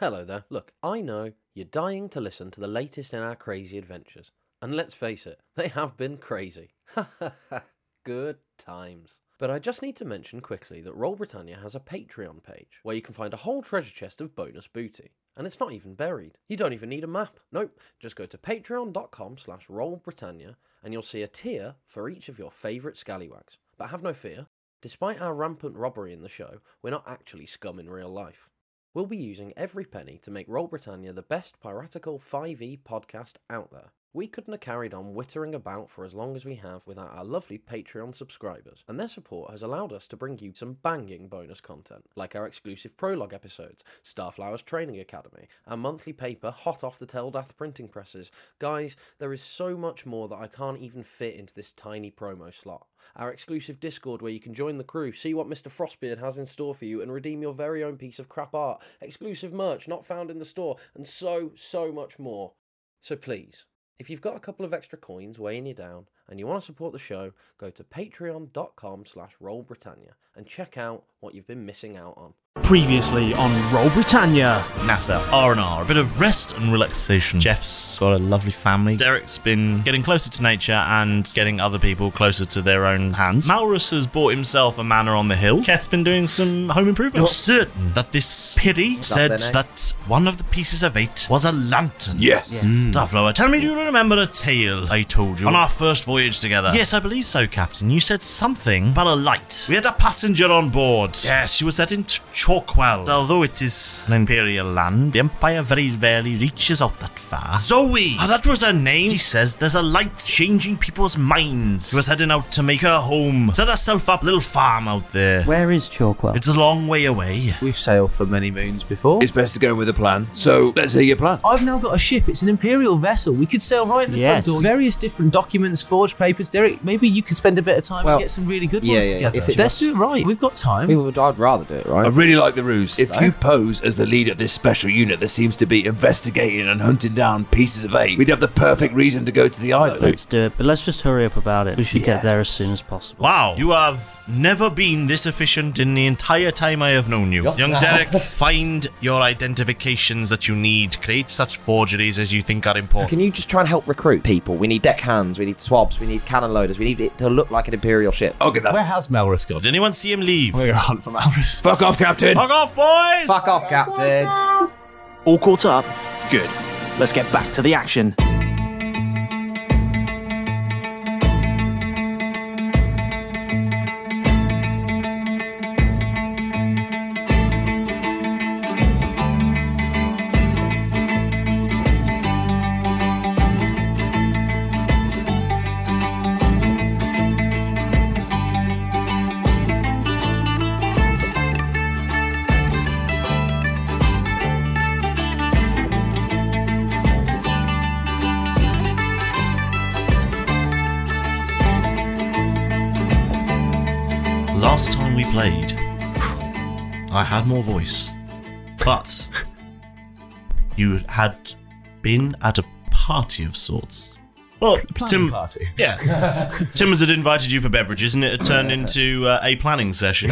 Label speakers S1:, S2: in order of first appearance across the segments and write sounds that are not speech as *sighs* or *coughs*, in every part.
S1: Hello there. Look, I know you're dying to listen to the latest in our crazy adventures. And let's face it, they have been crazy. *laughs* Ha ha ha. Good times. But I just need to mention quickly that Roll Britannia has a Patreon page where you can find a whole treasure chest of bonus booty. And it's not even buried. You don't even need a map. Nope. Just go to patreon.com slash rollbritannia and you'll see a tier for each of your favourite scallywags. But have no fear, despite our rampant robbery in the show, we're not actually scum in real life. We'll be using every penny to make Roll Britannia the best piratical 5e podcast out there. We couldn't have carried on wittering about for as long as we have without our lovely Patreon subscribers, and their support has allowed us to bring you some banging bonus content, like our exclusive prologue episodes, Starflowers Training Academy, our monthly paper hot off the Teldath printing presses. Guys, there is so much more that I can't even fit into this tiny promo slot. Our exclusive Discord where you can join the crew, see what Mr. Frostbeard has in store for you, and redeem your very own piece of crap art, exclusive merch not found in the store, and so, so much more. So please, if you've got a couple of extra coins weighing you down and you want to support the show, go to patreon.com slash rollbritannia and check out what you've been missing out on.
S2: Previously on Roll Britannia.
S3: NASA, R&R, a bit of rest and relaxation. Jeff's got a lovely family. Derek's been getting closer to nature and getting other people closer to their own hands. Malrus has bought himself a manor on the hill. Keth's been doing some home improvements. certain that this pity said
S1: then, eh?
S3: that one of the pieces of eight was a lantern. Yes. Dufflower, tell me, do you remember the tale Hmm. I told you on our first voyage together? Yes, I believe so, Captain. You said something about a light. We had a passenger on board. Yes, she was set in Chalkwell. Although it is an imperial land, the Empire very rarely reaches out that far. Zoe! Ah, that was her name. She says there's a light changing people's minds. She was heading out to make her home. Set herself up a little farm out there.
S4: Where is Chalkwell?
S3: It's a long way away.
S5: We've sailed for many moons before.
S6: It's best to go in with a plan. So let's hear your plan.
S5: Oh. I've now got a ship. It's an imperial vessel. We could sail right in the
S4: Yes.
S5: front door. Various different documents, forged papers. Derek, maybe you could spend a bit of time
S7: Well,
S5: and get some really good
S7: yeah,
S5: ones
S7: yeah,
S5: together.
S7: if it's
S5: Let's
S7: us.
S5: do it right. We've got time.
S7: We would, I'd rather do it,
S6: I
S7: right?
S6: really like the ruse. If
S7: So?
S6: you pose as the leader of this special unit that seems to be investigating and hunting down pieces of eight, we'd have the perfect reason to go to the island.
S4: Let's do it, but let's just hurry up about it. We should get there as soon as
S3: *laughs*
S4: possible.
S3: Wow, you have never been this efficient in the entire time I have known you.
S7: Just
S3: Young
S7: now.
S3: Derek, find your identifications that you need. Create such forgeries as you think are important.
S7: Can you just try and help recruit people? We need deck hands, we need swabs, we need cannon loaders, we need it to look like an Imperial ship.
S6: I'll get that.
S5: Where has Melrus
S3: Did
S5: gone?
S3: anyone see him leave?
S5: We're on hunt for Malrus.
S6: Fuck off, Captain.
S3: Fuck off, boys!
S7: Fuck off, Captain!
S8: Oh
S2: All caught up?
S3: Good.
S2: Let's get back to the action.
S3: Last time we played, I had more voice, but you had been at a party of sorts. Well, Tim,
S5: party.
S3: yeah,
S7: *laughs*
S3: Timmers had invited you for beverages, and it had turned into uh, a planning session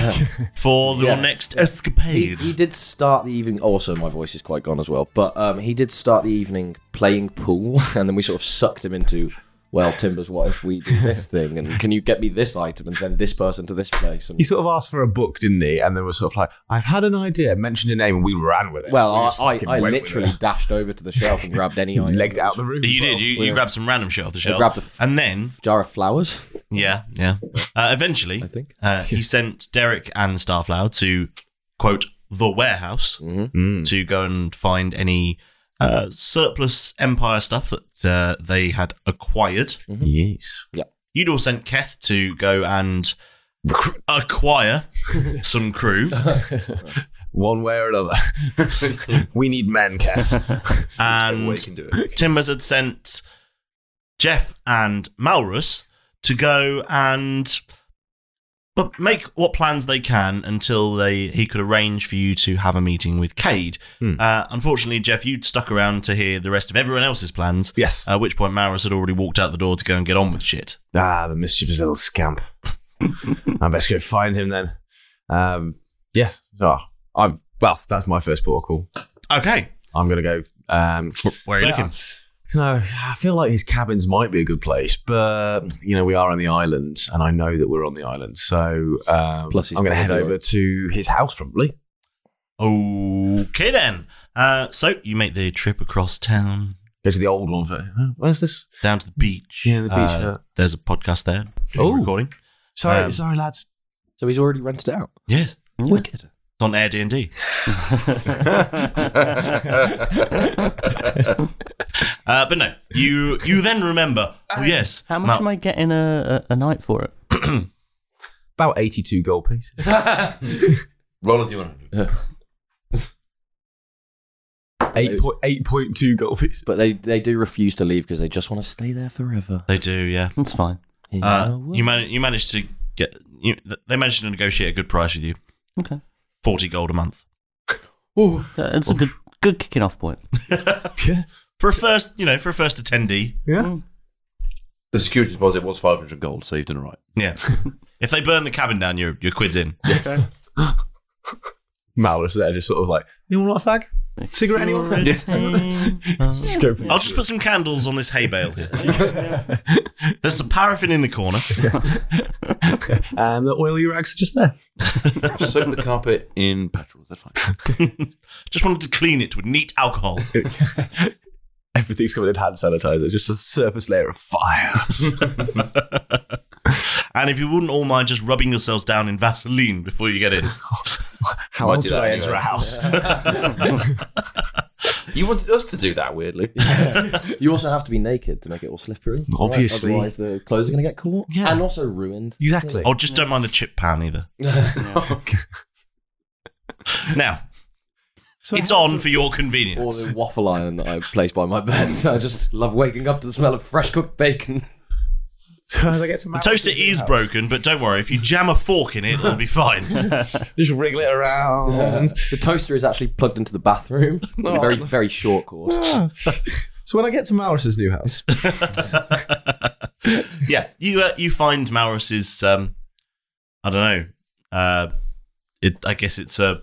S3: *laughs* for your
S7: Yeah.
S3: next
S7: He,
S3: escapade.
S7: he did start the evening. oh, Also, my voice is quite gone as well. But um, he did start the evening playing pool, *laughs* and then we sort of sucked him into, well, Timbers, what if we do
S8: *laughs*
S7: this thing? And can you get me this item and send this person to this place? And,
S8: He sort of asked for a book, didn't he? And then was sort of like, I've had an idea, mentioned a name, and we ran with it.
S7: well,
S8: We
S7: I,
S8: just
S7: I,
S8: fucking
S7: I
S8: went with
S7: literally *laughs*
S8: it.
S7: dashed over to the shelf and grabbed any item.
S8: *laughs* legged it out the room.
S3: You
S8: as
S3: did.
S8: well.
S3: You, you grabbed some random shit off the shelf.
S7: grabbed a f-
S3: and then,
S7: Jar of flowers.
S3: yeah, yeah. Uh, eventually,
S7: I think. *laughs*
S3: uh, he sent Derek and Starflower to, quote, the warehouse
S7: Mm-hmm.
S3: to go and find any uh, surplus Empire stuff that uh, they had acquired.
S7: Mm.
S8: Mm-hmm. Yes.
S3: You'd all sent Keth to go and
S7: *laughs*
S3: acquire some crew.
S8: One way or another. *laughs* we need men,
S7: *laughs*
S8: Kath.
S3: and Timbers had sent Jeff and Malrus to go and but make what plans they can until they he could arrange for you to have a meeting with Cade. Uh, unfortunately, Jeff, you'd stuck around to hear the rest of everyone else's plans.
S8: yes.
S3: At which point, Malrus had already walked out the door to go and get on with shit.
S8: ah, the mischievous little scamp. I best go Ah, find him then. Um, yes. Oh, I'm, well, that's my first port of call.
S3: Okay.
S8: I'm gonna go. Um,
S3: Where are you
S8: Yeah.
S3: looking?
S8: you know, I feel like his cabins might be a good place, but you know, we are on the island, and I know that we're on the island, so um,
S1: Plus he's
S8: I'm gonna head
S1: probably-
S8: over to his house probably.
S3: Okay then. Uh, so you make the trip across town
S8: Go to the old one for. huh, Where's this?
S3: down to the beach.
S8: Yeah, the beach,
S3: Uh,
S8: yeah.
S3: There's a podcast there.
S8: Ooh.
S3: Oh, recording.
S8: Sorry,
S3: Um,
S8: sorry, lads.
S1: So he's already rented it out.
S3: Yes,
S1: Wicked.
S3: it's on Air D and D. Uh, But no, you you then remember. Oh yes.
S4: Uh, How much
S3: Mal-
S4: am I getting a, a, a night for it?
S8: About 82 gold pieces.
S6: Roll a d100.
S8: *laughs*
S7: *laughs*
S8: Eight point eight point two gold pieces.
S1: But they, they do refuse to leave because they just want to stay there forever.
S3: They do. Yeah.
S4: That's fine.
S1: In
S3: Uh,
S8: Ah,
S1: our world.
S3: you man- you managed to get. You, th- they managed to negotiate a good price with you.
S4: Okay.
S3: Forty gold a month
S4: Uh, It's a good good kicking off point.
S3: for a first. You know, for a first attendee.
S4: Mm.
S6: The security deposit was 500 gold, so you've done all right.
S3: Yeah. if they burn the cabin down, you're you're quids in.
S8: Malus there just sort of like, anyone want a fag? Cigarette anyone?
S1: *laughs*
S3: I'll just put some candles on this hay bale.
S6: *laughs*
S3: There's some paraffin in the corner.
S8: *laughs* and the oily rags are just
S1: *laughs*
S8: there.
S6: Soak the carpet in petrol. That's fine.
S3: Just wanted to clean it with neat alcohol.
S8: Everything's covered in hand sanitizer, just a surface layer of fire.
S3: And if you wouldn't all mind just rubbing yourselves down in Vaseline before you get in.
S8: *laughs* How
S6: Might
S8: else
S6: do that
S8: would I
S6: anyway.
S8: enter a house?
S6: You wanted us to do that, weirdly.
S1: *laughs* You also have to be naked to make it all slippery. right?
S8: Obviously.
S1: Otherwise, the clothes are going to get caught.
S8: Yeah.
S1: And also ruined.
S8: *laughs* exactly.
S3: Oh, just don't mind the chip pan either. Now, it's on for your
S8: *laughs*
S1: Or
S3: convenience.
S1: the waffle iron that I placed by my bed. *laughs* I just love waking up to the smell of fresh cooked bacon.
S8: So *laughs* as I get to
S3: The
S8: Malus'
S3: toaster is
S8: house,
S3: broken, but don't worry. If you jam a fork in it, it'll be fine.
S8: Just wriggle it around.
S1: *laughs* the toaster is actually plugged into
S8: *laughs*
S1: the bathroom. very, very short course.
S8: So when I get to Maurus's new *laughs* house,
S3: yeah, you uh, you find Maurus's um, I don't know. Uh, it I guess it's a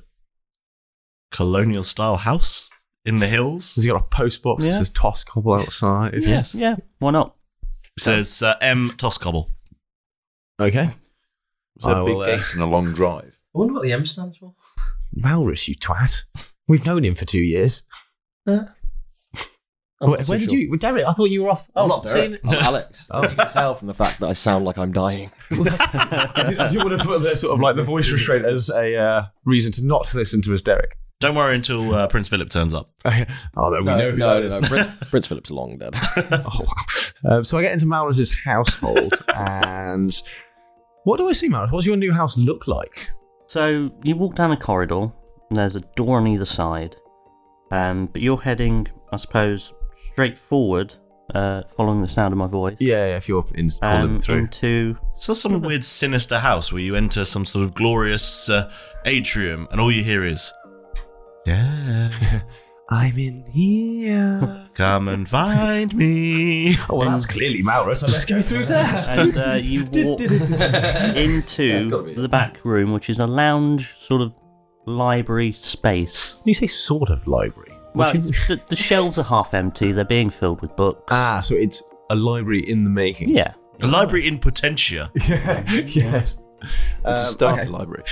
S3: colonial style house in the hills.
S8: has he got a post box that
S4: Yeah.
S8: says Toss Cobble outside?
S3: Yes.
S4: Yeah, why not?
S3: It says uh, M Toscobble.
S8: Okay.
S6: So
S8: I
S6: big
S8: will, uh,
S6: gates and a long drive.
S1: I wonder what the M stands for.
S8: Maurus, you twat. We've known him for two years.
S1: I'm
S8: Where,
S1: not so
S8: where did
S1: sure.
S8: you, Oh. Derek? I thought you were off. *laughs*
S1: I'm not Derek. I'm Alex. You can tell from the fact that I sound like I'm dying.
S8: I didn't, I didn't want to put the sort of like the voice restraint as a uh, reason to not listen to us, Derek.
S3: Don't worry until uh, Prince Philip turns up.
S8: Oh, no, we know who that is.
S1: Prince,
S8: *laughs*
S1: Prince Philip's long dead.
S8: Oh, *laughs* wow. Um, so I get into Maurus's *laughs* household, and what do I see, Maurus? What's your new house look like?
S4: So you walk down a corridor, and there's a door on either side. Um, but you're heading, I suppose, straight forward, uh, following the sound of my voice.
S8: Yeah, if you're in,
S4: Um, into
S3: So that's some weird sinister house where you enter some sort of glorious uh, atrium and all you hear is Yeah.
S8: *laughs* I'm in here.
S3: Come and find me.
S8: *laughs* Oh, well, that's clearly Maurus. So let's go
S4: *laughs*
S8: through there. *laughs*
S4: and uh, you walk *laughs* into the back room, which is a lounge sort of library space.
S8: You say sort of library.
S4: Well,
S8: Which is-
S4: it's- the, the shelves are half empty; they're being filled with books.
S8: ah, so it's a library in the making.
S4: yeah.
S3: A library in Potentia.
S8: *laughs* yes.
S6: It's a
S8: Um,
S6: starter
S8: okay.
S6: library.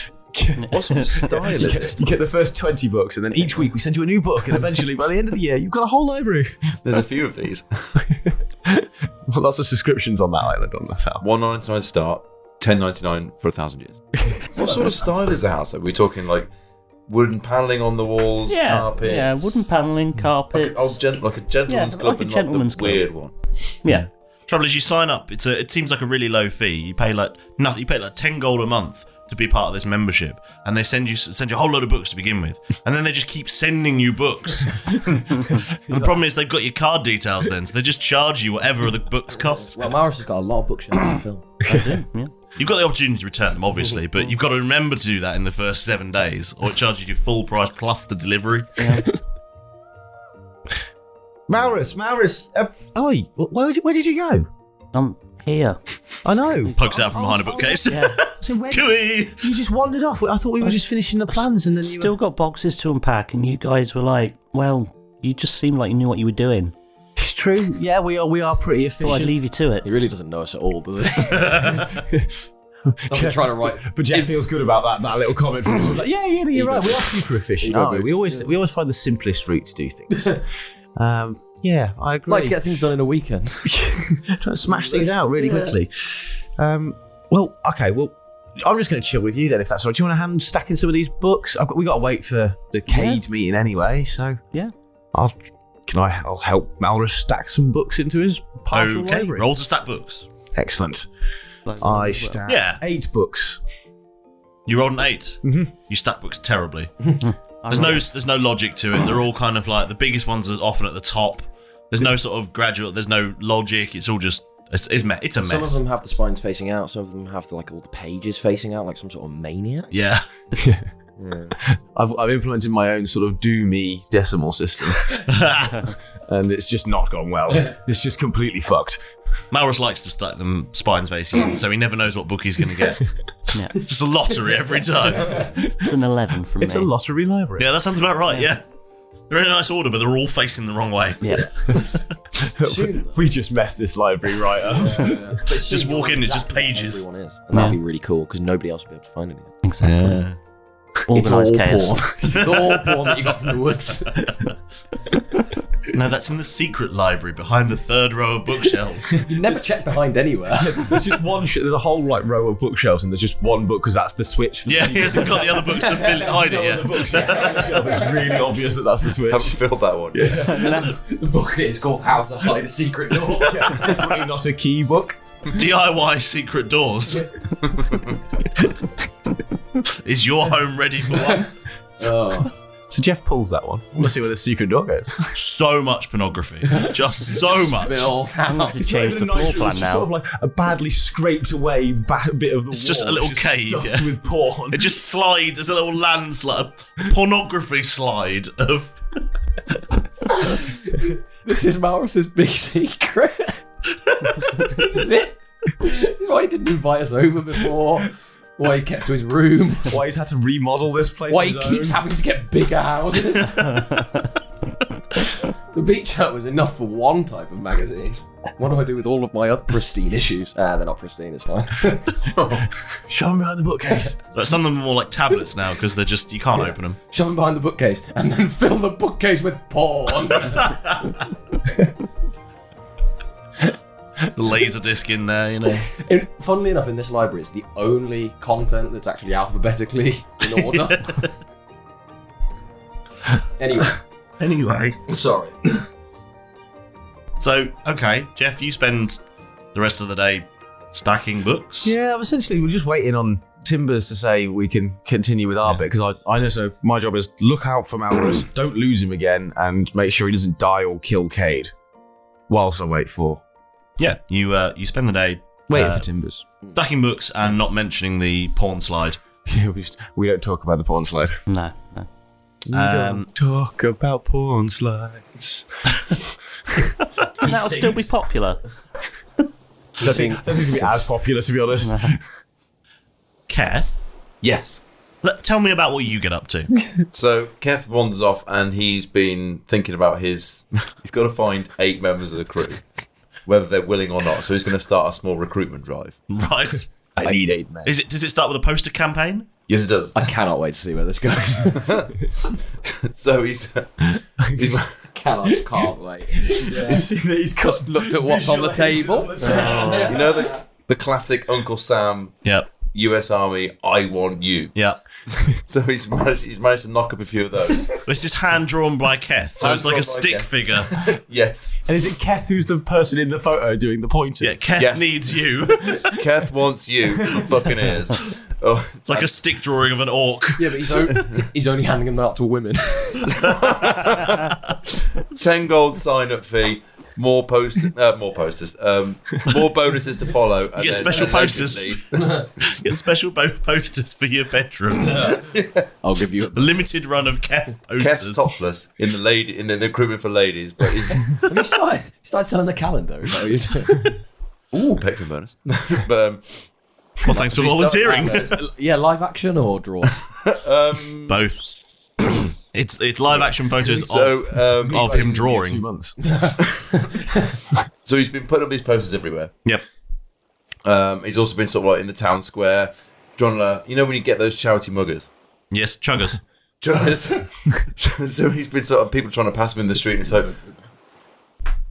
S6: What sort of style
S8: You
S6: is
S8: get,
S6: it?
S8: you get the first 20 books, and then each week we send you a new book, and eventually by the end of the year, you've got a whole library.
S6: There's a few of these.
S8: *laughs* Well, lots of subscriptions on that island, on this house.
S6: 199 start, 1099 for a thousand years. *laughs* what sort of style is the house? Are we talking like wooden paneling on the walls,
S4: Yeah,
S6: carpets?
S4: yeah, wooden paneling,
S6: Like,
S4: carpets.
S6: a- oh, gen- like a gentleman's
S4: like
S6: club,
S4: a
S6: and
S4: gentleman's
S6: not the
S4: club.
S6: weird one.
S4: yeah,
S3: Trouble is, you sign up. It's a. It seems like a really low fee. You pay like nothing. You pay like ten gold a month to be part of this membership, and they send you send you a whole load of books to begin with, and then they just keep sending you books. and the problem is they've got your card details then, so they just charge you whatever the books cost.
S1: Well, Maris has got a lot of bookshelves in the *coughs* film.
S3: You've got the opportunity to return them, obviously, but you've got to remember to do that in the first seven days, or it charges you full price plus the delivery.
S8: Maurus, Maurus. Uh, oi, wh- where, did- where did you go?
S4: I'm here?
S9: I know.
S3: Pokes out from behind a bookcase. *laughs*
S9: So where
S3: Gooey!
S9: you just wandered off. I thought we were just finishing the plans, and then you
S4: Still got boxes to unpack, and you guys were like, well, you just seemed like you knew what you were doing.
S9: It's true. Yeah, we are. We are
S6: Oh,
S9: pretty
S4: *laughs* Thought I'd
S9: efficient.
S4: leave you to it.
S1: He really doesn't know us at all, does *laughs* he? I'm trying to *laughs* write.
S8: But Jeff feels good about that, that little comment from him. Like, yeah, yeah, you're right. We are super efficient, aren't we? We always, we always find the simplest route to
S6: *laughs*
S8: do things. um, yeah, I agree.
S1: Like to get things done in a *laughs* weekend.
S8: Trying to smash things out really quickly. Um, well, okay, well, I'm just going to chill with you then, if that's all right. Do you want to hand stack in some of these books? I've got, we got to wait for the Cade meeting anyway, so
S4: Yeah.
S8: I'll can I? I'll help Malrus stack some books into his partial
S3: Okay,
S8: library.
S3: roll to stack books.
S8: Excellent.
S4: Like,
S8: I stack
S3: Yeah.
S8: eight books.
S3: You rolled an 8
S8: Mhm.
S3: You stack books terribly.
S4: Mm-hmm. *laughs* I
S3: There's no,
S4: rolled-
S3: there's no logic to it. They're all kind of like the biggest ones are often at the top. There's no sort of gradual. There's no logic. It's all just it's it's, me- it's a
S1: Some of
S3: mess.
S1: them have the spines facing out. Some of them have like all the pages facing out, like some sort of maniac.
S3: Yeah. *laughs*
S8: I've, I've implemented my own sort of doomy
S3: *laughs*
S8: decimal system, and it's just not gone well. It's just completely fucked.
S3: Malrus likes to stack them spines facing in, so he never knows what book he's going to get.
S4: *laughs* Yeah.
S3: *laughs* It's just a lottery
S4: *laughs*
S3: every time.
S4: It's an 11 from
S8: It's
S4: me.
S8: a lottery library.
S3: Yeah, that sounds about right. Yeah. They're in a nice order, but they're all facing the wrong way.
S4: Yeah.
S8: *laughs* we just messed this library right up.
S3: Just walk in, it's just pages.
S1: Everyone is, and that'd be really cool because nobody else would be able to find anything.
S4: Exactly. Organised chaos.
S3: *laughs*
S1: it's all porn that you got from the woods.
S3: No, that's in the secret library behind the third row
S4: *laughs*
S3: of bookshelves.
S1: *laughs* You never check behind anywhere.
S8: there's just one. Sh- there's a whole like row of bookshelves, and there's just one book because that's the switch. For
S3: yeah, he hasn't got the other books to fill, hide it
S1: *laughs*
S3: yet.
S8: it's really obvious that that's the switch.
S6: Haven't filled that one. Yeah.
S1: the book is called How to Hide a Secret Door.
S8: Definitely not a key book.
S3: DIY secret doors. Is your home ready for one?
S1: Oh.
S8: So Jeff pulls that one. Let's see where the secret door goes.
S3: So much pornography. Just so much.
S1: Bill,
S4: I'm going to change the floor plan
S8: *laughs* it's
S4: now.
S8: Sort of like a badly scraped away ba- bit of the
S3: It's
S8: wall.
S3: just a little cave,
S8: stuffed
S3: yeah.
S8: with porn.
S3: It just slides. There's a little landslide, a pornography slide of.
S1: *laughs* this is Maurus's big secret. *laughs* this is it. This is why he didn't invite us over before. Why he kept to his room.
S8: Why he's had to remodel this place?
S1: Why
S8: on
S1: he
S8: his
S1: keeps
S8: own.
S1: having to get bigger *laughs* houses. the beach hut was enough for one type of magazine. What do I do with all of my other pristine issues? Ah, they're not pristine, it's fine. *laughs*
S8: Shove him behind the bookcase.
S3: But some of them are more like tablets now because they're just you can't open them.
S1: Shove them behind the bookcase and then fill the bookcase with porn.
S3: The laser disc in there, you know.
S1: *laughs* In, funnily enough, in this library, it's the only content that's actually alphabetically in *laughs* order. anyway,
S3: Anyway,
S1: sorry.
S3: so okay, Jeff, you spend the rest of the day stacking books.
S8: yeah, I'm essentially we're just waiting on Timbers to say we can continue with our bit because I, I know so my job is look out for Malrus, don't lose him again, and make sure he doesn't die or kill Cade. Whilst I wait for
S3: Yeah, you uh, you spend the day
S8: waiting
S3: Uh,
S8: for Timbers. *laughs*
S3: stacking books and not mentioning the porn slide.
S8: Yeah, we, just, we don't talk about the porn slide.
S4: No, no.
S3: Um,
S8: Talk about porn slides.
S4: That'll still be popular.
S8: I think that's going to be as popular, to be honest.
S3: Keth,
S6: Yes.
S3: let, tell me about what you get up to.
S6: So Keth wanders off, and he's been thinking about his. *laughs* He's got to find eight members of the crew, whether they're willing or not. So he's going to start a small recruitment drive.
S3: right?
S8: I need eight men.
S3: Is it? Does it start with a poster campaign?
S6: Yes, it *laughs* does.
S1: I cannot wait to see where this goes.
S6: So he's *laughs* he's,
S1: *laughs* cannot, *laughs* can't wait. Yeah.
S8: See that he's got
S1: Just looked at what's on the table.
S6: you know the the classic Uncle Sam
S3: Yep.
S6: U.S. Army. I want you.
S3: Yeah.
S6: So he's managed, he's managed to knock up a few of those.
S3: This is hand drawn by Keth, so it's like a
S6: Hand-drawn by
S3: stick
S6: Keth. *laughs*
S3: figure.
S6: Yes.
S8: And is it Keth who's the person in the photo doing the pointing?
S3: Yeah, Keth
S6: Yes.
S3: needs you.
S6: Keth wants you, Buccaneers. Oh,
S3: It's like a stick drawing of an orc.
S1: *laughs*
S6: *laughs*
S1: Yeah, but he's, on- *laughs* he's only handing them out to *laughs* women.
S6: 10 gold sign up fee, more posters, uh, more posters, um, more bonuses to follow. and
S3: get
S6: then
S3: special posters.
S6: allegedly-
S3: Get special bo- posters for your bedroom.
S1: I'll give you.
S3: A limited run of Keth
S6: Keth's
S3: posters.
S6: topless in the lady in the recruitment for ladies, but he's,
S1: Have you started, you started selling the calendar? Is that what you're doing?
S6: Ooh, Patreon bonus. *laughs* but um,
S3: Well, thanks for volunteering.
S1: *laughs* Yeah, live action or *laughs* draw?
S3: Both. it's it's live action photos
S6: So,
S3: of,
S6: um,
S3: of him
S8: Two
S3: drawing.
S8: months. *laughs*
S6: so he's been putting up these posters everywhere.
S3: Yep.
S6: Um, he's also been sort of like in the town square. John, La- you know when you get those charity muggers.
S3: Yes, chuggers.
S6: John is, so, so he's been sort of people trying to pass him in the street, and it's like,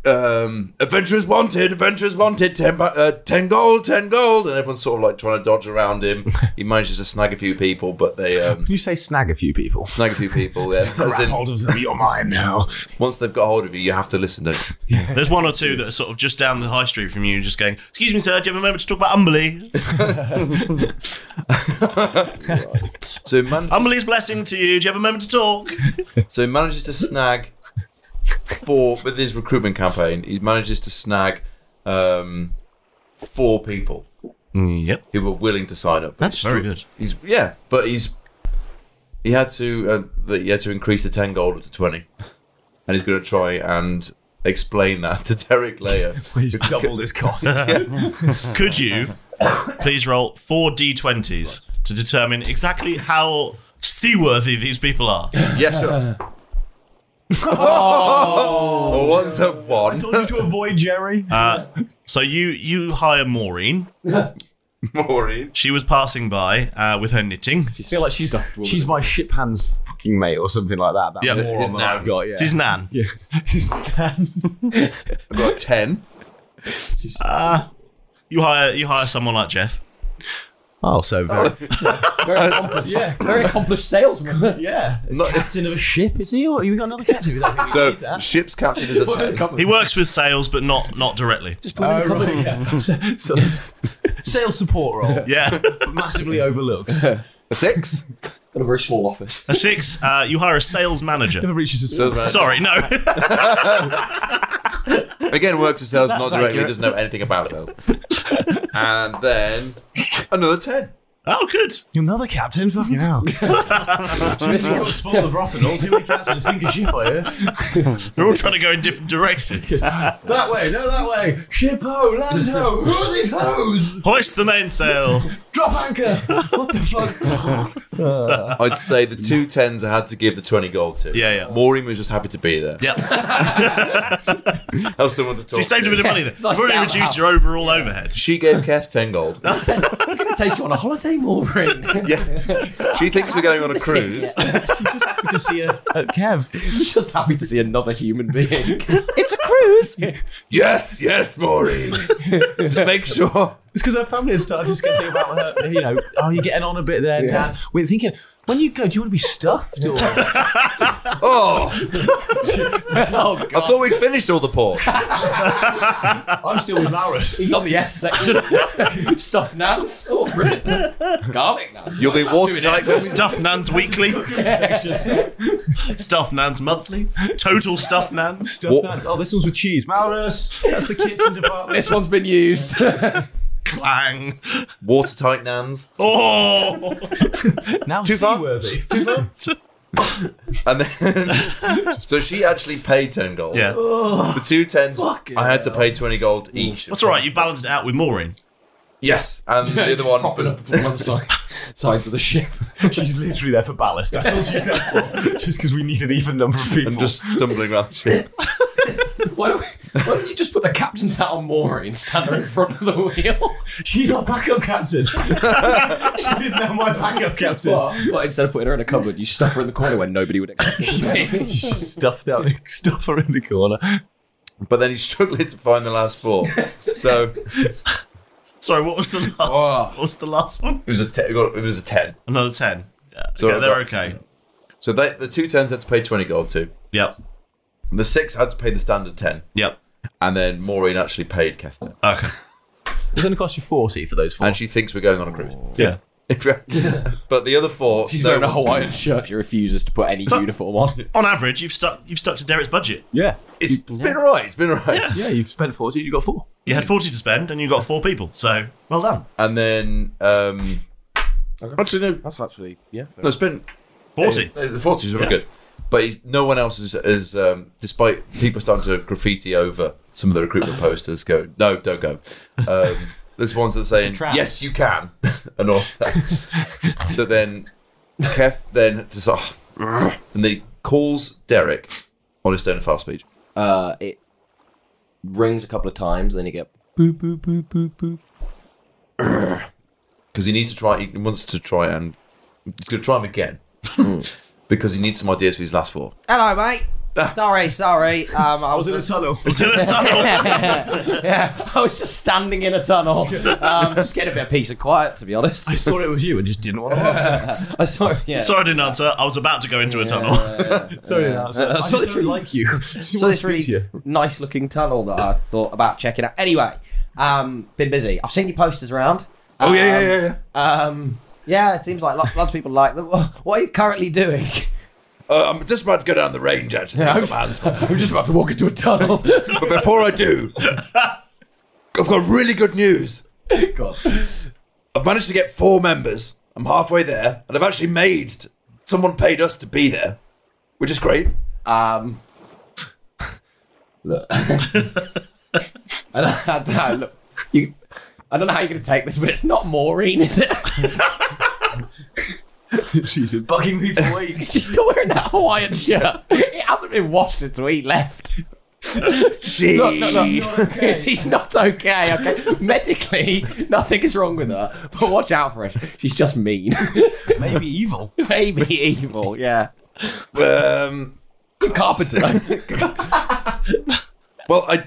S6: um, adventurers wanted, adventurers wanted, ten, bu- uh, 10 gold, ten gold, and everyone's sort of like trying to dodge around him. He manages to snag a few people, but they um,
S8: You say snag a few people.
S6: snag a few people. Yeah, As
S8: Grab
S6: in,
S8: hold of them. You're mine now.
S6: once they've got hold of you, you have to listen. Don't you?
S3: There's one or two that are sort of just down the high street from you, just going, Excuse me, sir, do you have a moment to talk about Umberley?
S6: So he man-
S3: Umberley's blessing to you. Do you have a moment to talk?
S6: So he manages to snag four with his recruitment campaign. He manages to snag um, four people
S3: Yep.
S6: who were willing to sign up.
S3: That's very good.
S6: He's yeah, but he's he had to uh, that he had to increase the ten gold up to twenty, *laughs* and he's going to try and explain that to Derek
S3: *laughs*
S6: later.
S8: He's doubled his cost.
S3: Could you *coughs* please roll four d20s to determine exactly how seaworthy these people
S8: *laughs*
S3: are?
S6: yes,
S3: *laughs*
S6: sir. *laughs* oh, one's a one.
S8: to avoid Jerry.
S3: Uh, So you you hire Maureen.
S6: Maureen.
S3: She was passing by uh, with her knitting.
S1: I feel like she's stuffed woman.
S8: She's my ship hands fucking mate or something like that. That
S3: Yeah,
S8: was
S3: his
S8: more than
S6: nan.
S8: I've got. *laughs* Yeah.
S3: She's Nan.
S6: I've got a ten.
S3: You hire you hire someone like Jeff.
S8: oh, so very.
S1: very accomplished. *laughs* very accomplished
S8: *laughs*
S1: salesman.
S8: Yeah.
S6: Not-
S8: captain of a ship, is he? Or have you got another captain?
S5: *laughs*
S6: So ship's captain is a ten.
S3: He works with sales, but not not directly.
S8: Oh, right, yeah. so, so that's- sales support
S3: *laughs*
S8: role.
S3: Yeah,
S8: Massively overlooked.
S6: A six.
S1: Got a very small office.
S3: a six. Uh, you hire a sales manager.
S8: *laughs* Never reaches his
S6: Doesn't
S8: full
S6: matter.
S3: Sorry, no. *laughs*
S6: Again, works with sales, not directly,
S8: accurate.
S6: doesn't
S3: *laughs*
S6: know anything about sales. and then another 10.
S3: oh, good.
S8: Another captain? Fucking hell. spoil the brothel. Two captains sink a ship, I
S3: They're all trying to go in different directions.
S8: *laughs* That way, no, that way. Ship ho, land ho. Who are these hoes?
S3: Hoist the mainsail.
S8: Drop anchor. What the fuck?
S6: I'd say the two tens I had to give the 20 gold to.
S3: Yeah, yeah.
S6: Maureen was just happy to be there.
S3: *laughs* Yeah,
S6: Have someone to talk
S3: you saved a
S6: to.
S3: bit of money there.
S8: *laughs*
S1: nice
S3: You've already
S1: to have a
S3: reduced your overall
S6: *laughs*
S3: overhead.
S6: She gave Keth 10 *laughs* gold.
S1: I'm gonna take you on a holiday, *laughs* Maureen.
S6: yeah. She thinks we're going on a cruise.
S8: to see a, a Kev.
S1: She's just happy to see another human being.
S6: Yes, yes, Maureen. just make sure.
S8: It's because her family had started discussing about her, you know, oh, you're getting on a bit there, Dad. We're thinking, when you go, do you want to be stuffed? Or?
S6: Oh,
S1: oh
S6: I
S1: god,
S6: thought we'd finished all the porn.
S8: I'm still with Maris.
S1: he's on the S section. Stuff Nance. Oh, brilliant. Garlic Nance.
S6: You'll be watertight. won't you?
S3: Stuff Nan's weekly. Stuff Nan's monthly. Total Stuff Nan's.
S8: Stuffed nuts. Oh, this one's with cheese. Maris. That's the kitchen department.
S1: This one's been used.
S3: Clang.
S6: Watertight nans.
S3: Oh.
S8: now
S6: Too far?
S8: seaworthy.
S6: And then. *laughs* so she actually paid 10 gold.
S3: Yeah.
S6: The two tens, I had to pay 20 gold each.
S3: That's all right. You've balanced it out with Maureen.
S6: Yes, and the other one
S1: Propping
S6: was
S1: up from one side, sides of the ship.
S8: She's literally there for ballast. That's all she's there for. *laughs* Just because we need an even number of people.
S6: I'm just stumbling around. Shit.
S1: Why don't, we, why don't you just put the captain's hat on Maureen, stand her in front of the wheel?
S8: she's our backup captain. *laughs* she is now my backup captain.
S1: But, but instead of putting her in a cupboard, you stuff her in the corner where nobody would expect it.
S8: She's just stuffed out, *laughs* stuff her in the corner.
S6: But *laughs* then he's struggling to find the last four. So it
S3: Sorry, what was the last?
S1: Oh.
S3: What was the last one?
S6: was a te- it got- it was a ten.
S3: Another ten. Yeah,
S6: So
S3: okay,
S6: I've
S3: they're
S6: got-
S3: okay.
S6: So they, the two tens had to pay twenty gold too.
S3: Yep.
S6: The six had to pay the standard ten,
S3: Yep.
S6: and then Maureen actually paid Kefta,
S3: Okay.
S8: It's going to cost you 40 for those four.
S6: and she thinks we're going on a cruise. *laughs*
S3: Yeah.
S6: If you're- but the other four,
S1: She's
S6: no
S1: wearing a
S6: one's-
S1: Hawaiian shirt. She refuses to put any uniform
S6: *laughs*
S1: on.
S3: On average, you've stuck you've stuck to Derek's budget.
S8: yeah.
S6: It's been alright. It's been alright.
S8: Yeah, you've spent 40, you got four.
S3: You had forty to spend, and you got four people. So well done.
S6: And then, um, actually no,
S1: That's actually yeah.
S6: no, it's been
S3: Forty.
S6: *laughs* no, the forties were
S3: Yeah.
S6: good. But he's, no one else is, is um, despite people starting to graffiti over some of the
S3: *laughs*
S6: recruitment posters, go, no, don't go. Um, there's ones that say,
S4: trap.
S6: yes, you can, and all that.
S3: *laughs*
S6: so then Kef then just, oh, and then he calls Derek on his stone fast speed.
S1: Uh, it rings a couple of times, then you get boop boop boop boop boop.
S6: because he needs to try. He wants to try and he's going to try him again
S3: Hmm.
S6: *laughs* because he needs some ideas for his last four.
S10: Hello, mate. Sorry, sorry. Um, I was, just,
S8: tunnel.
S3: It's in a tunnel.
S1: I was Oh, just standing in a
S6: *laughs*
S1: tunnel, um, just getting a bit of peace and quiet, to be honest.
S8: I saw it was you and just didn't want to answer.
S1: *laughs* I saw, yeah.
S3: *laughs* Sorry, I didn't answer. I was about to go into a tunnel.
S8: Sorry, I just
S1: this-
S8: don't like you. *laughs*
S1: So this really nice looking tunnel that I thought about checking out. Anyway, um, been busy. I've seen your posters around.
S8: Oh yeah, yeah, yeah, yeah.
S1: Um, yeah, it seems like lots, lots of people like them. *laughs* What are you currently doing?
S6: Uh, I'm just about to go down the range, actually.
S1: I'm, just about to walk into a tunnel. *laughs*
S6: but before I do, I've got really good news.
S1: God.
S6: I've managed to get four members. I'm halfway there, and I've actually made someone paid us to be there, which is great.
S1: Um, look, *laughs* I don't, I don't- I look, you, I don't know how you're going to take this, but it's not Maureen, is
S8: *laughs*
S1: it?
S8: She's been bugging me for weeks.
S1: She's still wearing that Hawaiian shirt. It hasn't been washed since we left.
S6: She.
S1: Look, look, look. *laughs* She's not okay. Okay, medically, nothing is wrong with her, but watch out for her. She's just mean,
S8: Maybe evil.
S1: *laughs* maybe evil. Yeah,
S6: Um,
S1: good carpenter. though.
S6: well, I.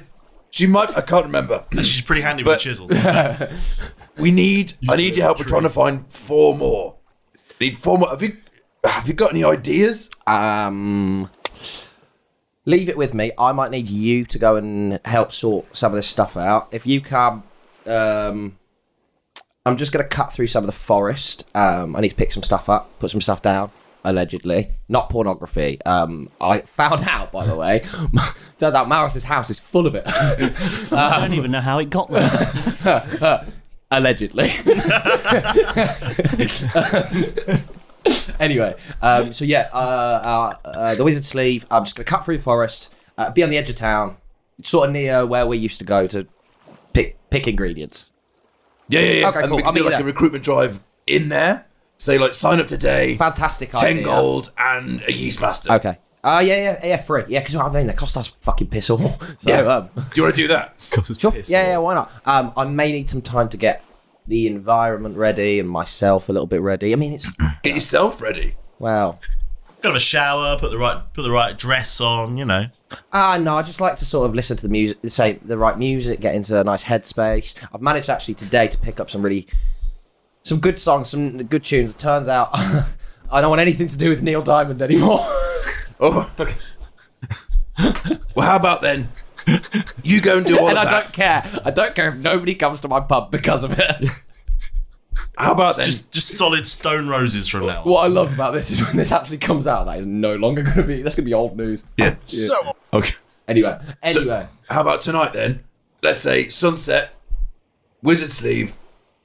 S6: She might. I can't remember.
S3: *laughs* She's pretty handy with
S6: But-
S3: a chisel.
S6: We need. I need your help. We're trying to find four more. Need four more. Have you? Have you got any ideas?
S1: Um, leave it with me. I might need you to go and help sort some of this stuff out. If you can, um, I'm just going to cut through some of the forest. Um, I need to pick some stuff up, put some stuff down. Allegedly, not pornography. Um, I found *laughs* out, by the way. Turns out Maris's house is full of it. *laughs*
S4: I don't even know how it got there.
S6: *laughs*
S1: allegedly. *laughs* anyway, um, so yeah, uh, uh, uh, the wizard sleeve. I'm just gonna cut through the forest, uh, be on the edge of town, sort of near where we used to go to pick pick ingredients.
S6: Yeah, yeah, yeah.
S1: Okay,
S6: and
S1: cool.
S6: we
S1: I'll
S6: can do
S1: meet you
S6: like a
S1: there.
S6: recruitment drive in there. Say like sign up today,
S1: Fantastic idea.
S6: ten gold and a yeast master.
S1: Okay. Uh, yeah, yeah, yeah, free. Yeah, because I mean, they cost us fucking piss all. *laughs* So,
S6: Yeah.
S1: um,
S6: Do you want to do that?
S1: sure. Yeah, yeah, why not? Um, I may need some time to get the environment ready and myself a little bit ready. I mean, it's,
S6: Get yourself ready.
S1: well,
S3: Gotta have a shower, put the right put the right dress on, you know.
S1: Ah, no, I just like to sort of listen to the music, say the right music, get into a nice headspace. I've managed actually today to pick up some really, some good songs, some good tunes. It turns out *laughs* I don't want anything to do with Neil Diamond anymore. *laughs*
S6: Oh, okay. *laughs* well, how about then? You go and do all
S1: and
S6: of
S1: I
S6: that.
S1: don't care. I don't care if nobody comes to my pub because of it.
S6: How about then?
S3: Just just solid stone roses from now. on.
S1: what I love about this is when this actually comes out, that is no longer going to be, that's going to be old news.
S6: yeah. So okay.
S1: Anyway, anyway.
S6: How about tonight then? Let's say sunset, wizard sleeve.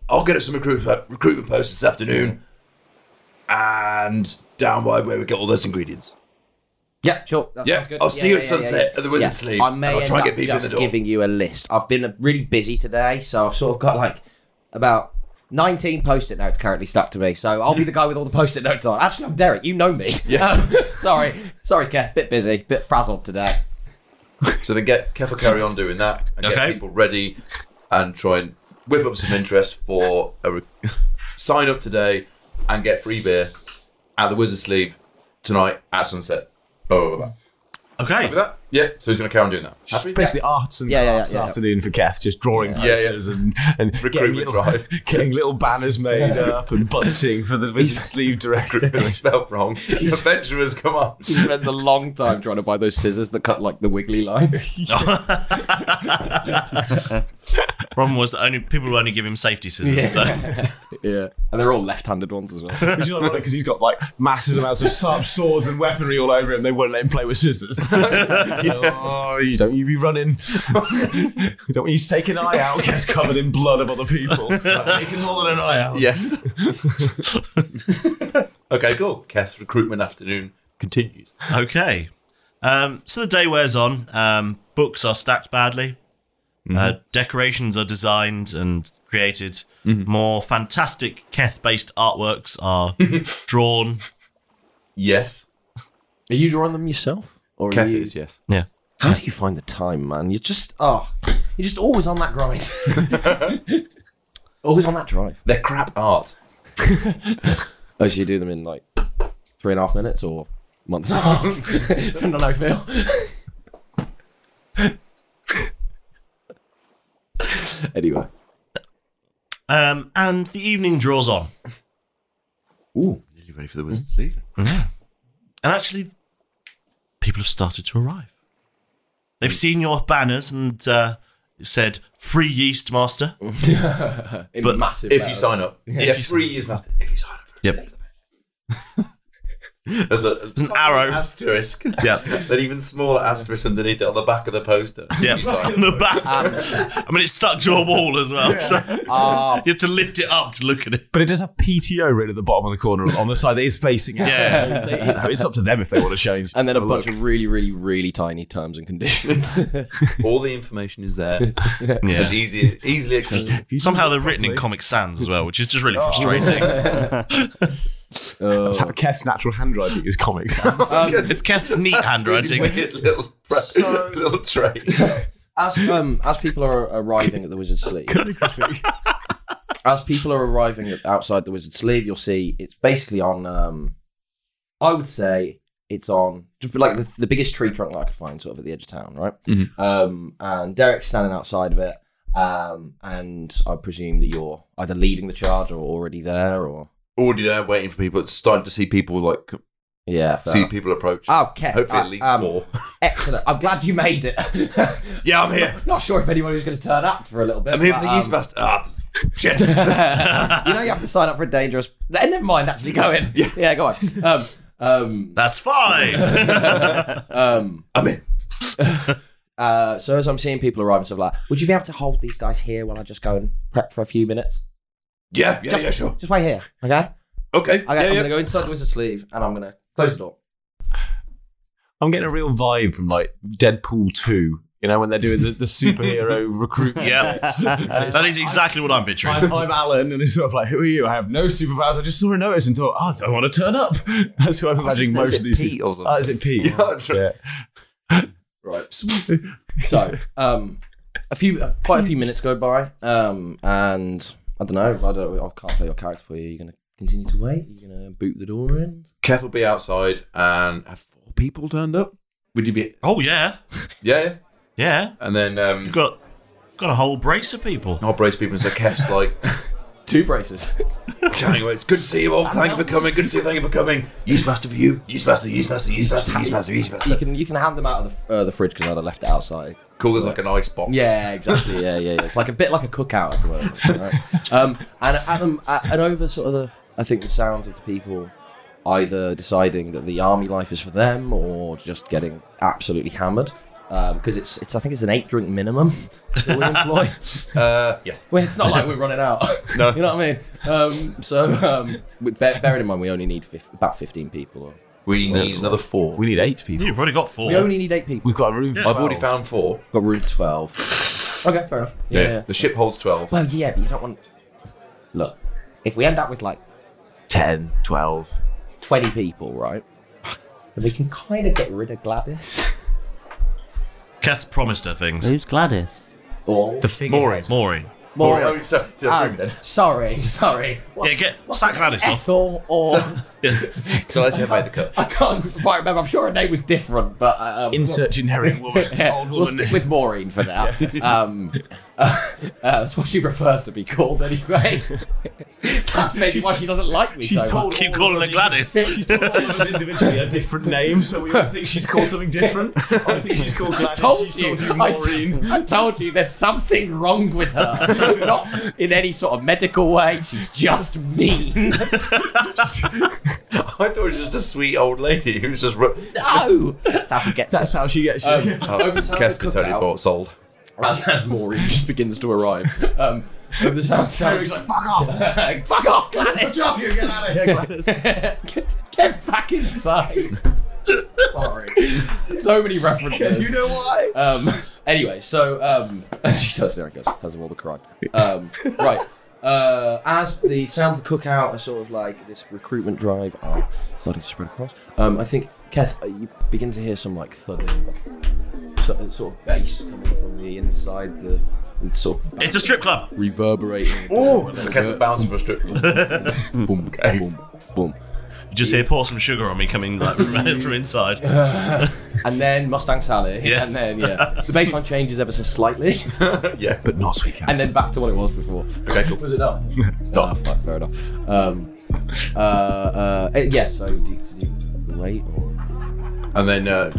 S6: I'll get us some recruit, recruitment posts this afternoon, and down by where we get all those ingredients.
S1: Yeah, sure. That
S6: Yeah,
S1: sounds good.
S6: I'll see you at sunset at the Wizard's Sleep,
S1: I may
S6: and I'll
S1: end
S6: try and
S1: up
S6: get people in
S1: just
S6: the door.
S1: giving you a list. I've been uh, really busy today, so I've sort of got like about 19 post-it notes currently stuck to me. So I'll be the guy with all the post-it notes on. Actually, I'm Derek. You know me. Yeah. *laughs* sorry, sorry, Kev. Bit busy, bit frazzled today.
S6: So then get Kef will carry on doing that and get
S3: Okay.
S6: people ready and try and whip up some interest for a re- sign up today and get free beer at the Wizard's Sleeve tonight at sunset. Blah, blah, blah, blah.
S3: Okay.
S6: With that? Yeah, so he's going to carry on doing that. Happy?
S8: Basically, arts and
S1: Yeah, yeah,
S8: crafts
S1: yeah, yeah.
S8: afternoon for Keth, just drawing
S6: yeah.
S8: posters and, and getting,
S6: Recruitment
S8: little,
S6: drive.
S8: *laughs* getting little banners made up and bunting for the wizard sleeve director.
S6: It's spelled wrong. Adventurers, come on.
S1: He spends a long time trying to buy those scissors that cut like the wiggly lines.
S3: Problem was that only people would only give him safety scissors. So
S1: *laughs* yeah, and they're all left-handed ones as well.
S8: Which is ironic because he's got like massive amounts of sharp swords and weaponry all over him. They won't let him play with scissors. *laughs* oh, you don't you be running. *laughs* We don't want you to take an eye out. Gets covered in blood of other people. I've taken more than an eye out.
S6: Yes. okay, cool. Keth's recruitment afternoon
S11: continues.
S3: okay. Um, so the day wears on. Um, books are stacked badly. Uh, decorations are designed and created. More fantastic Keth based artworks are drawn.
S11: Yes.
S1: Are you drawing them yourself? Or are
S11: Keth
S1: you-
S11: is, yes.
S3: Yeah.
S1: How do you find the time, man? You're just ah, you're just always on that *laughs* grind. always on that drive.
S11: They're crap art.
S1: Oh, so you do them in like three and a half minutes or month and a *laughs* half? Depending on how I feel. *laughs* anyway,
S3: Um, and the evening draws on.
S11: Ooh, Hmm. nearly ready for the wizard's leaving.
S3: And actually, people have started to arrive. They've seen your banners and uh, it said, Free Yeast Master.
S1: in
S3: But
S1: massive.
S11: If you
S1: letters.
S11: sign up, yeah,
S3: you
S11: three years master. If you sign up,
S3: Yep.
S11: there's a,
S3: an arrow.
S11: asterisk.
S3: Yep.
S11: *laughs* An even smaller asterisk underneath it on the back of the *laughs* poster.
S3: Yeah, *laughs*
S11: You sign
S3: in the back. I mean, it's stuck to a wall as well, so *laughs* you have to lift it up to look at it.
S8: But it does have PTO written at the bottom of the corner on the side that is facing out.
S3: Yeah.
S8: So they- you know, it's up to them if they want to change.
S1: and then a bunch of really, really, really tiny terms and conditions.
S11: *laughs* All the information is there. It's easy, easily accessible.
S3: Somehow they're written in Comic Sans as well, which is just really frustrating. *laughs*
S8: That's how Keth's natural handwriting is
S1: *laughs*
S8: comics. That's
S3: it's Keth's neat handwriting.
S11: Weird little, pra- *laughs* little trait.
S1: as um as people are arriving at the wizard's sleeve as people are arriving at, outside the wizard's sleeve you'll see it's basically on um i would say it's on just like the, the biggest tree trunk that i could find sort of at the edge of town right um and derek's standing outside of it um and i presume that you're either leading the charge or already there or
S11: Already there, waiting for people. It's starting to see people like Ah.
S1: yeah fair.
S11: see people approach.
S1: Okay.
S11: Hopefully,
S1: uh,
S11: at least
S1: um,
S11: four.
S1: *laughs* Excellent. I'm glad you made it.
S11: *laughs* Yeah, I'm here.
S1: *laughs* Not sure if anyone was going to turn up for a little bit.
S11: I'm here
S1: but,
S11: for the
S1: um,
S11: yeast master.
S1: *laughs*
S11: Ah, shit.
S1: you know you have to sign up for a dangerous. Eh, Never mind. Actually, go in. Yeah, go on. Um, um,
S3: That's fine.
S1: um,
S11: I'm in.
S1: *laughs* uh, so as I'm seeing people arrive and stuff like, would you be able to hold these guys here while I just go and prep for a few minutes?
S11: Yeah, yeah,
S1: Just-
S11: yeah, sure.
S1: Just wait here, okay? Okay,
S11: Okay.
S1: I'm
S11: yeah, yeah.
S1: gonna go inside the wizard's sleeve and I'm gonna close the door.
S8: I'm getting a real vibe from like Deadpool 2, you know, when they're doing the, the
S1: *laughs*
S8: superhero recruitment.
S3: yeah, that is exactly what I'm picturing.
S8: I'm, I'm Alan, and it's sort of like, who are you? I have no superpowers. I just saw a notice and thought, oh, I don't want to turn up. *laughs* That's who I'm imagining most of these
S11: Pete
S8: people.
S11: or something? *laughs*
S8: Oh, is it Pete?
S11: Yeah, that's right.
S8: Right.
S1: So, um, a few, quite a few minutes go by, um, and I don't know. I don't. I can't play your character for you. You're gonna continue to wait. You're gonna boot the door in.
S11: Kev will be outside and have four people turned up. Would you be?
S3: Oh yeah,
S11: Yeah, yeah.
S3: yeah.
S11: And then um,
S3: Got got a whole brace of people.
S11: I'll brace people and say, Kev's like,
S1: Two braces.
S11: counting away. It's good to see you all. Thank you for coming. Good to see you. Thank you for coming. Yeast master for you. Yeast master. Yeast master. Yeast master. Yeast master. Yeast
S1: You
S11: master.
S1: can you can hand them out of the uh, the fridge because I'd have left it outside.
S11: Cool. There's like an ice box.
S1: Yeah, exactly. Yeah, yeah, yeah. It's like a bit like a cookout. At the moment, right? um, and at them, at- and over sort of the, I think the sounds of the people either deciding that the army life is for them or just getting absolutely hammered because it's it's I think it's an eight drink minimum that we employ.
S11: Uh, yes.
S1: Well, it's not like we're running out. *laughs*
S11: No.
S1: you know what I mean. Um, so, um, with, bear, bearing in mind, we only need fif- about fifteen people.
S11: We need another four.
S8: We need eight people.
S3: You've already got four.
S1: We only need eight people.
S8: We've got a room for
S11: I've already
S8: 12.
S11: found four.
S1: Got room twelve. Okay, fair enough. Yeah. yeah.
S11: The ship holds twelve.
S1: Well, yeah, but you don't want. Look, if we end up with like
S8: 10, 12.
S1: twenty people, right? Then we can kind of get rid of Gladys. *laughs*
S3: Keth promised her things.
S4: *laughs* Who's Gladys?
S1: Or
S8: The figure.
S3: Maureen.
S11: Oh,
S1: more.
S11: oh, so, so
S1: Um,
S11: then.
S1: sorry, sorry.
S3: Yeah,
S1: What's-
S3: get
S1: what's
S3: sack
S1: her
S3: Gladys
S1: name? *laughs*
S3: off.
S1: Ethel or
S11: Can I say made the
S1: *laughs*
S11: cut?
S1: I can't quite remember. I'm sure her name was different, but uh, um,
S8: Insert generic woman.
S11: *laughs*
S1: Yeah,
S8: Old
S1: we'll
S8: woman.
S1: stick *laughs* with Maureen for now. *laughs* um, uh, uh, that's what she prefers to be called anyway. *laughs* that's maybe why she doesn't like me so much.
S3: Keep calling her
S1: *laughs*
S3: Gladys.
S8: She's told all of us individually a different name, so we all think she's called something different. I think she's called Gladys.
S1: Told
S8: she's
S1: you,
S8: told you
S1: I,
S8: Maureen.
S1: I told you there's something wrong with *laughs* her. Not in any sort of medical way, she's just mean. *laughs*
S11: I thought it was just a sweet old lady who's
S1: *laughs*
S11: just. Ru-
S1: no! That's how she gets
S8: That's how she gets. *laughs* you.
S11: oh, Kev's been totally
S1: cookout.
S11: bought sold.
S1: As, as Maureen just begins to arrive. Um, over the sound, sound like, *laughs* fuck off! fuck off, Gladys!
S11: *laughs*
S8: Get out of here, Gladys.
S1: get, get back inside.
S11: Sorry. So many references.
S6: You know
S11: why? Um, *laughs* anyway, so um, *laughs* she does there it goes because of all the crime. *laughs* Um, right. Uh, as the sounds of the cookout are sort of like this recruitment drive are starting to spread across, um, I think Keth, uh, you begin to hear some like thudding, so, uh, sort of bass coming from the inside the, the sort of
S3: It's a strip club. *laughs*
S11: reverberating.
S3: Ooh,
S11: Boom,
S3: so Keth's
S11: boom,
S3: bouncing for a
S1: *laughs*
S3: strip club.
S11: boom, boom, boom, boom.
S3: You just hear pour some sugar on me coming like
S1: *laughs*
S3: from, from inside.
S11: and then Mustang Sally.
S3: Yeah.
S11: And then, yeah. The baseline changes ever so slightly.
S3: yeah.
S12: But not sweet cat.
S11: And then back to what it was before.
S3: Okay, cool.
S11: Was
S3: *laughs*
S11: it not? Ah, fuck, fair enough. Um, uh, uh, eh, yeah, so do you, do you wait or.
S6: And then, uh,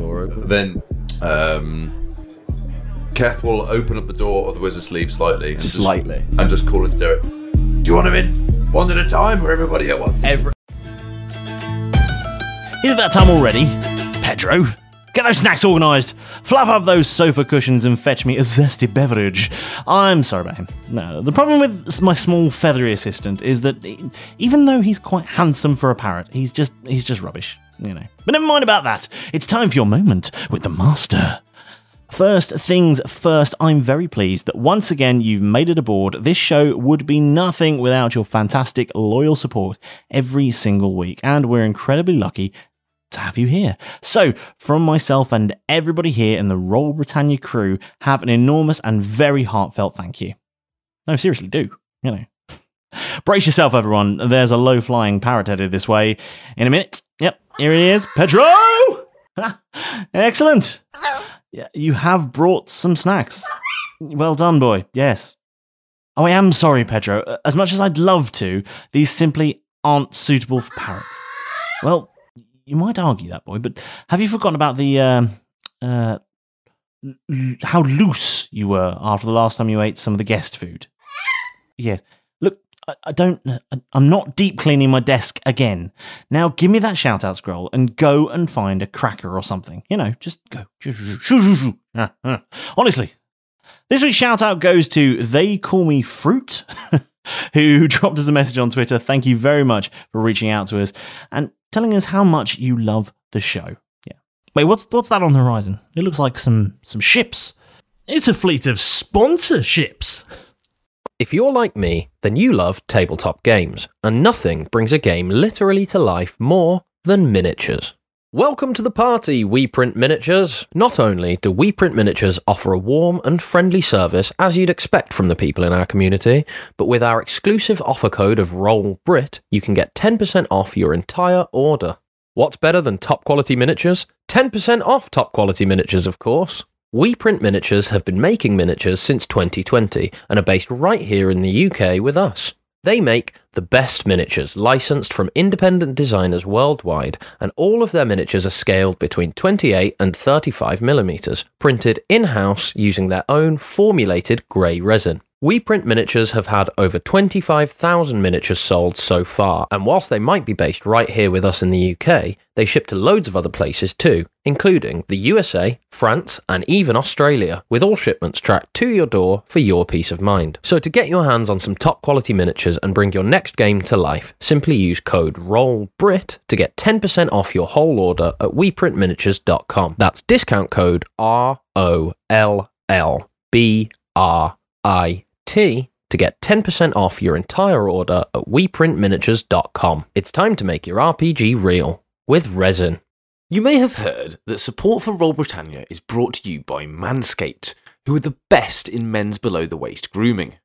S6: then, um, Keth will open up the door of the wizard's sleeve slightly, and
S11: slightly,
S6: just, and just call into Derek. Do you want him in one at a time, or everybody at once?
S11: Every-
S2: Is it that time already? Pedro? Get those snacks organised. Fluff up those sofa cushions and fetch me a zesty beverage. I'm sorry about him. No, the problem with s- my small feathery assistant is that e- even though he's quite handsome for a parrot, he's just he's just rubbish, you know. But never mind about that. It's time for your moment with the master. First things first, I'm very pleased that once again you've made it aboard. This show would be nothing without your fantastic, loyal support every single week, and we're incredibly lucky to have you here. So, from myself and everybody here in the Royal Britannia crew, have an enormous and very heartfelt thank you. No, seriously, do. You know. Brace yourself, everyone. There's a low flying parrot headed this way in a minute. Yep, here he is. Pedro! *laughs* Excellent. Yeah, you have brought some snacks. Well done, boy. Yes. Oh, I am sorry, Pedro. As much as I'd love to, these simply aren't suitable for parrots. Well, you might argue that, boy, but have you forgotten about the um, uh, l- l- how loose you were after the last time you ate some of the guest food? Yes. Look, I, I don't. I, I'm not deep cleaning my desk again. Now, give me that shout out scroll and go and find a cracker or something. You know, just go. Ah, ah. *laughs* Honestly, this week's shout out goes to They Call Me Fruit, *laughs* who *laughs* dropped us a message on Twitter. Thank you very much for reaching out to us and telling us how much you love the show. Yeah. Wait, what's what's that on the horizon? It looks like some some ships. It's a fleet of sponsorships.
S1: If you're like me, then you love tabletop games, and nothing brings a game literally to life more than miniatures. Welcome to the party, We Print Miniatures! Not only do We Print Miniatures offer a warm and friendly service as you'd expect from the people in our community, but with our exclusive offer code of ROLLBRIT, you can get 10% off your entire order. What's better than top quality miniatures? 10% off top quality miniatures, of course. We Print Miniatures have been making miniatures since 2020 and are based right here in the UK with us. They make the best miniatures licensed from independent designers worldwide, and all of their miniatures are scaled between 28 and 35 millimeters, printed in house using their own formulated grey resin. We Print Miniatures have had over 25,000 miniatures sold so far, and whilst they might be based right here with us in the UK, they ship to loads of other places too, including the USA, France, and even Australia, with all shipments tracked to your door for your peace of mind. So to get your hands on some top quality miniatures and bring your next game to life, simply use code ROLLBRIT to get 10% off your whole order at weprintminiatures.com. That's discount code R O L L B R I T to get 10% off your entire order at weprintminiatures.com. It's time to make your RPG real with resin.
S5: You may have heard that support for Roll Britannia is brought to you by Manscaped, who are the best in men's below the waist grooming.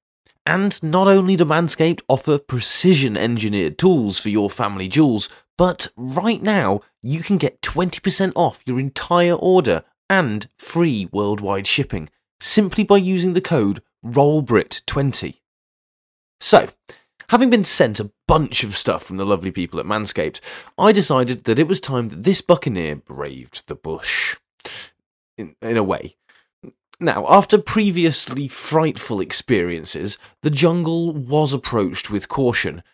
S5: And not only do Manscaped offer precision engineered tools for your family jewels, but right now you can get 20% off your entire order and free worldwide shipping simply by using the code ROLLBRIT20. So, having been sent a bunch of stuff from the lovely people at Manscaped, I decided that it was time that this buccaneer braved the bush. In, in a way. Now, after previously frightful experiences, the jungle was approached with caution,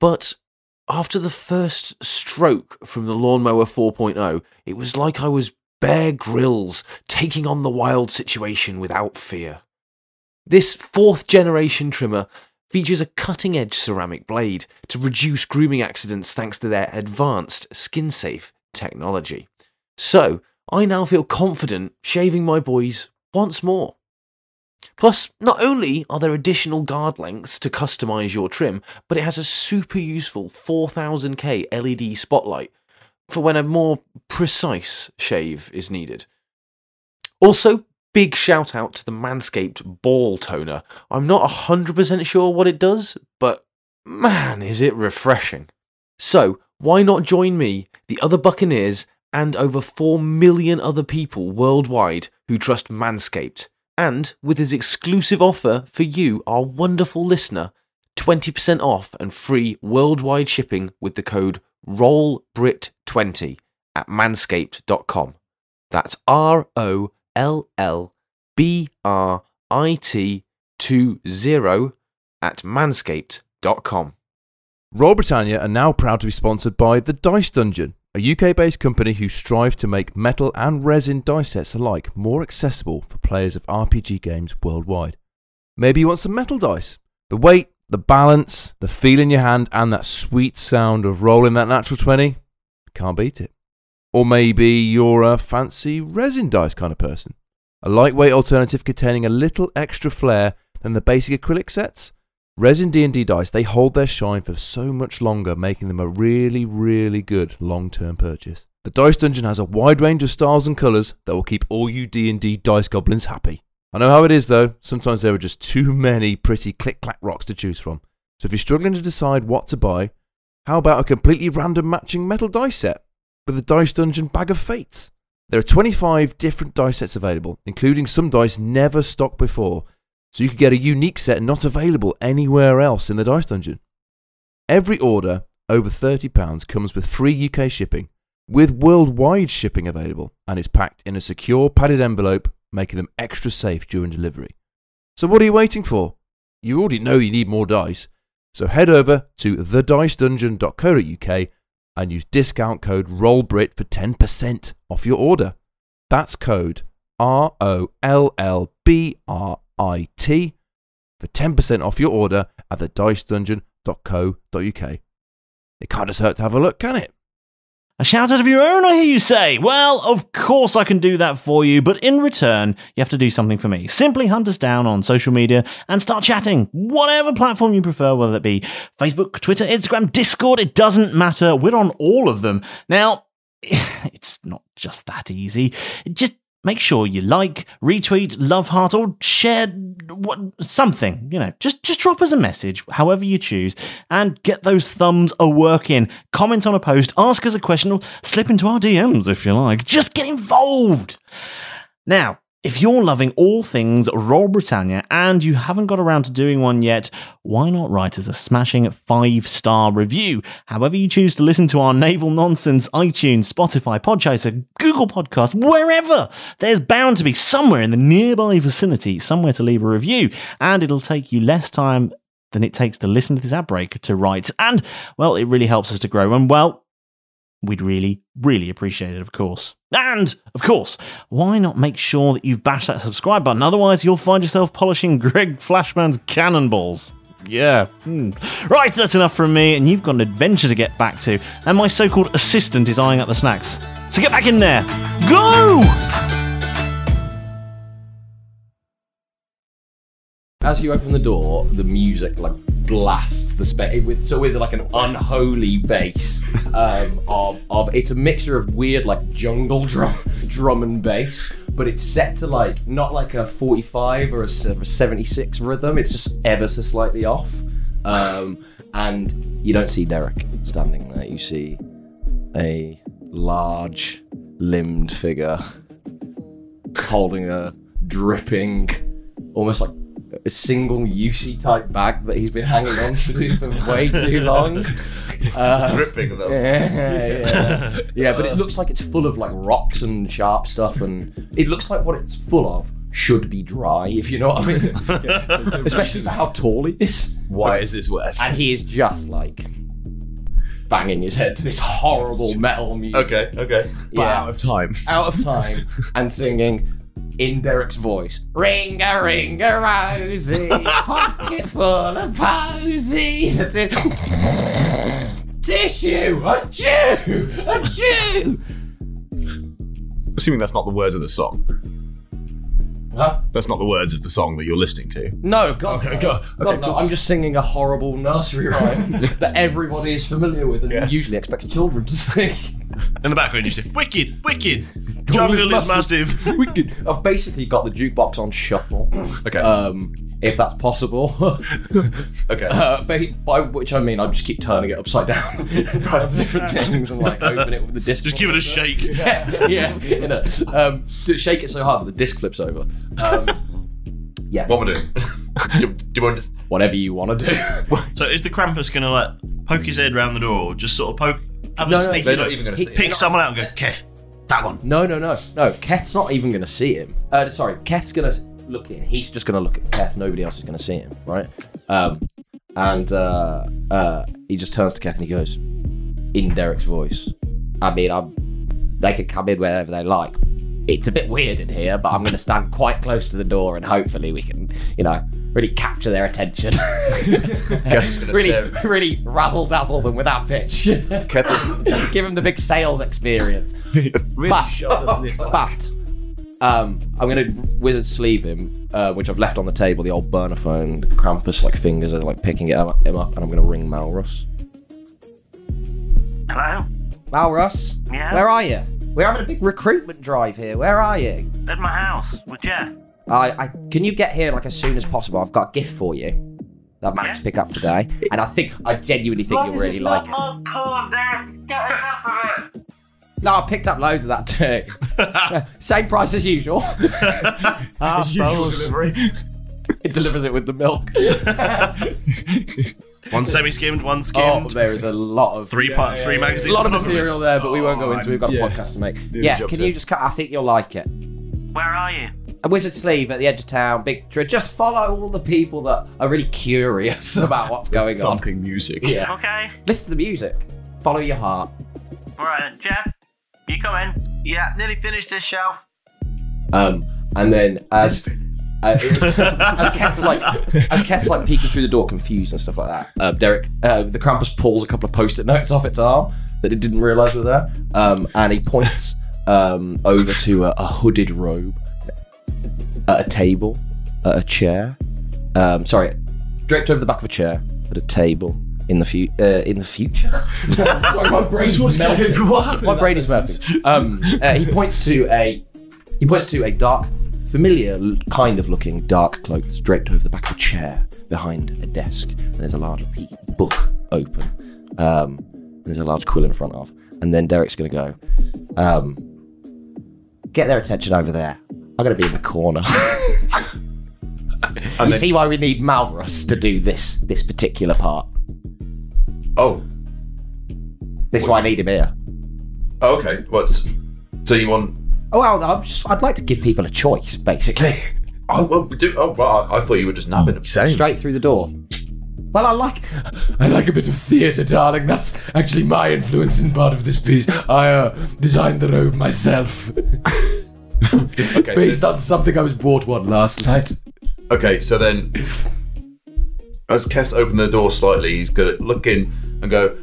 S5: but after the first stroke from the lawnmower 4.0, it was like I was Bear Grylls taking on the wild situation without fear. This fourth generation trimmer features a cutting edge ceramic blade to reduce grooming accidents thanks to their advanced skin safe technology. So I now feel confident shaving my boys once more. Plus, not only are there additional guard lengths to customize your trim, but it has a super useful 4000K LED E spotlight for when a more precise shave is needed. Also, big shout out to the Manscaped Ball Toner. I'm not 100% sure what it does, but man, is it refreshing. So, why not join me, the other Buccaneers, and over 4 million other people worldwide who trust Manscaped? And with his exclusive offer for you, our wonderful listener, 20% off and free worldwide shipping with the code ROLLBRIT20 at manscaped.com. That's R O L L B R I T 20 at manscaped.com.
S6: Royal Britannia are now proud to be sponsored by The Dice Dungeon, a UK based company who strive to make metal and resin dice sets alike more accessible for players of RPG games worldwide. Maybe you want some metal dice. The weight, the balance, the feel in your hand, and that sweet sound of rolling that natural 20 can't beat it. Or maybe you're a fancy resin dice kind of person. A lightweight alternative containing a little extra flair than the basic acrylic sets. Resin D&D dice, they hold their shine for so much longer, making them a really, really good long-term purchase. The Dice Dungeon has a wide range of styles and colours that will keep all you D&D dice goblins happy. I know how it is though, sometimes there are just too many pretty click-clack rocks to choose from. So if you're struggling to decide what to buy, how about a completely random matching metal dice set with a Dice Dungeon Bag of Fates? There are 25 different dice sets available, including some dice never stocked before, so you could get a unique set not available anywhere else in the Dice Dungeon. Every order over £30 comes with free UK shipping, with worldwide shipping available, and is packed in a secure padded envelope, making them extra safe during delivery. So what are you waiting for? You already know you need more dice, so head over to thedicedungeon.co.uk and use discount code ROLLBRIT for 10% off your order. That's code R O L L B R I T for 10% off your order at thedicedungeon.co.uk. It can't just hurt to have a look, can *laughs* it?
S2: A shout out of your own, I hear you say. Well, of course I can do that for you, but in return, you have to do something for me. Simply hunt us down on social media and start chatting. Whatever platform you prefer, whether it be Facebook, Twitter, Instagram, Discord, it doesn't matter. We're on all of them. Now, *sighs* it's not just that easy. Just make sure you like, retweet, love heart, or share what, something. You know, just just drop us a message, however you choose, and get those thumbs a working. Comment on a post, ask us a question, or slip into our DMs if you like. Just get involved. Now, if you're loving all things Royal Britannia and you haven't got around to doing one yet, why not write us a smashing five star review? However, you choose to listen to our naval nonsense, iTunes, Spotify, Podchaser, Google Podcasts, wherever, there's bound to be somewhere in the nearby vicinity somewhere to leave a review, and it'll take you less time than it takes to listen to this ad break to write. And, well, it really helps us to grow. And, well, we'd really, really appreciate it, of course. And, of course, why not make sure that you've bashed that subscribe button? Otherwise, you'll find yourself polishing *laughs* Greg Flashman's cannonballs. Yeah. Hmm. Right, that's enough from me, and you've got an adventure to get back to, and my so called assistant is eyeing up the snacks. So get back in there. Go!
S1: As you open the door, the music like blasts the space with so with like an unholy bass um, of of it's a mixture of weird like jungle drum *laughs* drum and bass, but it's set to like not like a 45 or a se- or a 76 rhythm. It's just ever so slightly off, um, and you don't see Derek standing there. You see a large limbed figure holding a dripping, almost like a single UC type bag that he's been hanging on to for way too long. Uh,
S13: Dripping, though.
S1: Yeah, yeah. *laughs* yeah, but it looks like it's full of like rocks and sharp stuff, and it looks like what it's full of should be dry, if you know what I mean. Especially for how tall he is.
S11: Why is this wet?
S1: And he is just like banging his head to this horrible metal music.
S13: Okay, okay.
S11: But out
S8: *laughs*
S11: of time.
S1: Out of time, and singing in Derek's voice. Ring a ring a rosy, pocket full of posies. It's *laughs* a- Tissue, a chew, a chew.
S8: Assuming that's not the words of the song.
S1: Huh?
S8: That's not the words of the song that you're listening to.
S1: No, God,
S8: Okay,
S1: no.
S8: go-
S1: God,
S8: okay,
S1: no.
S8: cool.
S1: I'm just singing a horrible nursery rhyme that everybody is familiar with and usually expects children to *laughs* sing.
S3: In the background, you say, "Wicked, wicked, jungle is massive."
S1: Wicked. I've basically got the jukebox on shuffle.
S8: Okay.
S6: Uh,
S1: Um, if that's possible. *laughs*
S8: okay.
S1: Uh, ba- by which I mean I just keep turning it upside down, *laughs* different things, and like open it with the disc.
S3: Just give it a shake.
S1: yeah, *laughs* yeah. you know, um, to shake it so hard that the disc flips over. Um, yeah.
S6: What am I doing? *laughs*
S1: do, you want to just whatever you want to do?
S3: So is the Krampus gonna like poke his head round the door, or just sort of poke? Have
S1: No,
S3: a
S1: no,
S3: sneaky
S1: they're not
S3: look,
S1: even gonna see it.
S3: Pick someone out and go, Kef, that one.
S1: No, no, no, no. Keth's not even gonna see him. Uh, sorry, Keth's gonna look in. He's just gonna look at Keth. Nobody else is gonna see him, right? Um, and uh, uh, he just turns to Keth and he goes, in Derek's voice. I mean, I'm. They can come in wherever they like. It's a bit weird in here, but I'm gonna stand quite close to the door and hopefully we can, you know, really capture their attention. really, really razzle dazzle them with our pitch. *laughs* Give them the big sales experience. but, but, um, I'm gonna wizard sleeve him, uh, which I've left on the table. The old burner phone, the Krampus like fingers are like picking it up, him up, and I'm gonna ring Malrus.
S14: Hello?
S1: Malrus,
S14: Yeah?
S1: where are you? We're having a big recruitment drive here. Where are you?
S14: At my house with Jeff.
S1: I, I can you get here like as soon as possible? I've got a gift for you that I managed to pick up today, and I think I genuinely think you'll really like it. No, I picked up loads of that too. Uh, Same price as usual.
S8: As usual balls. *laughs* delivery.
S1: it delivers it with the milk.
S3: One semi-skimmed, one skimmed.
S1: Oh, there is a lot of
S3: three part, three magazines.
S1: A lot of material there, but we won't go into. it. We've got
S3: yeah.
S1: a podcast to make.
S3: Yeah,
S1: Yeah,
S3: job's
S1: can you
S3: in.
S1: just cut? I think you'll like it.
S14: Where are you?
S1: a wizard sleeve at the edge of town, big tr- just follow all the people that are really curious *laughs* about what's going on.
S8: Thumping music.
S1: Yeah.
S14: Okay.
S1: Listen to the music. Follow your heart.
S14: Right, Jeff, you come in. Yeah, nearly finished this shelf.
S1: Um, and then as uh, as Keth's like as Keth's like peeking through the door, confused and stuff like that. Uh, Derek, uh, the Krampus pulls a couple of post-it notes off its arm that it didn't realise were there, um, and he points um, over to a, a hooded robe at a table, at a chair. Um, sorry, draped over the back of a chair at a table in the fu- uh, in
S8: *laughs*
S1: the future. Sorry, my brain's
S8: What's going-
S1: melting.
S8: what happened
S1: My
S8: in
S1: brain
S8: that
S1: is melting. Um, uh, he points to a he points to a dark, familiar l- kind of looking dark cloak that's draped over the back of a chair behind a desk. And there's a large pe- book open. Um, and there's a large quill in front of. And then Derek's going to go, um, get their attention over there. I'm going to be in the corner. you
S6: then-
S1: see why we need Malrus to do this this particular part.
S6: Oh.
S1: This is why I need him here.
S6: Oh, okay. What's so you want?
S1: Oh, well, I'm just, I'd like to give people a choice, basically.
S6: Oh, well, we do. Oh, right. I I thought you were just nabbing him.
S1: *laughs* Straight through the door. Well, I like I like a bit of theatre, darling. That's actually my influence in part of this piece. I uh, designed the robe myself.
S6: Okay,
S1: Based
S6: so-
S1: on something I was bought one last night.
S6: Okay, so then, as Kes opened the door slightly, he's going to look in and go,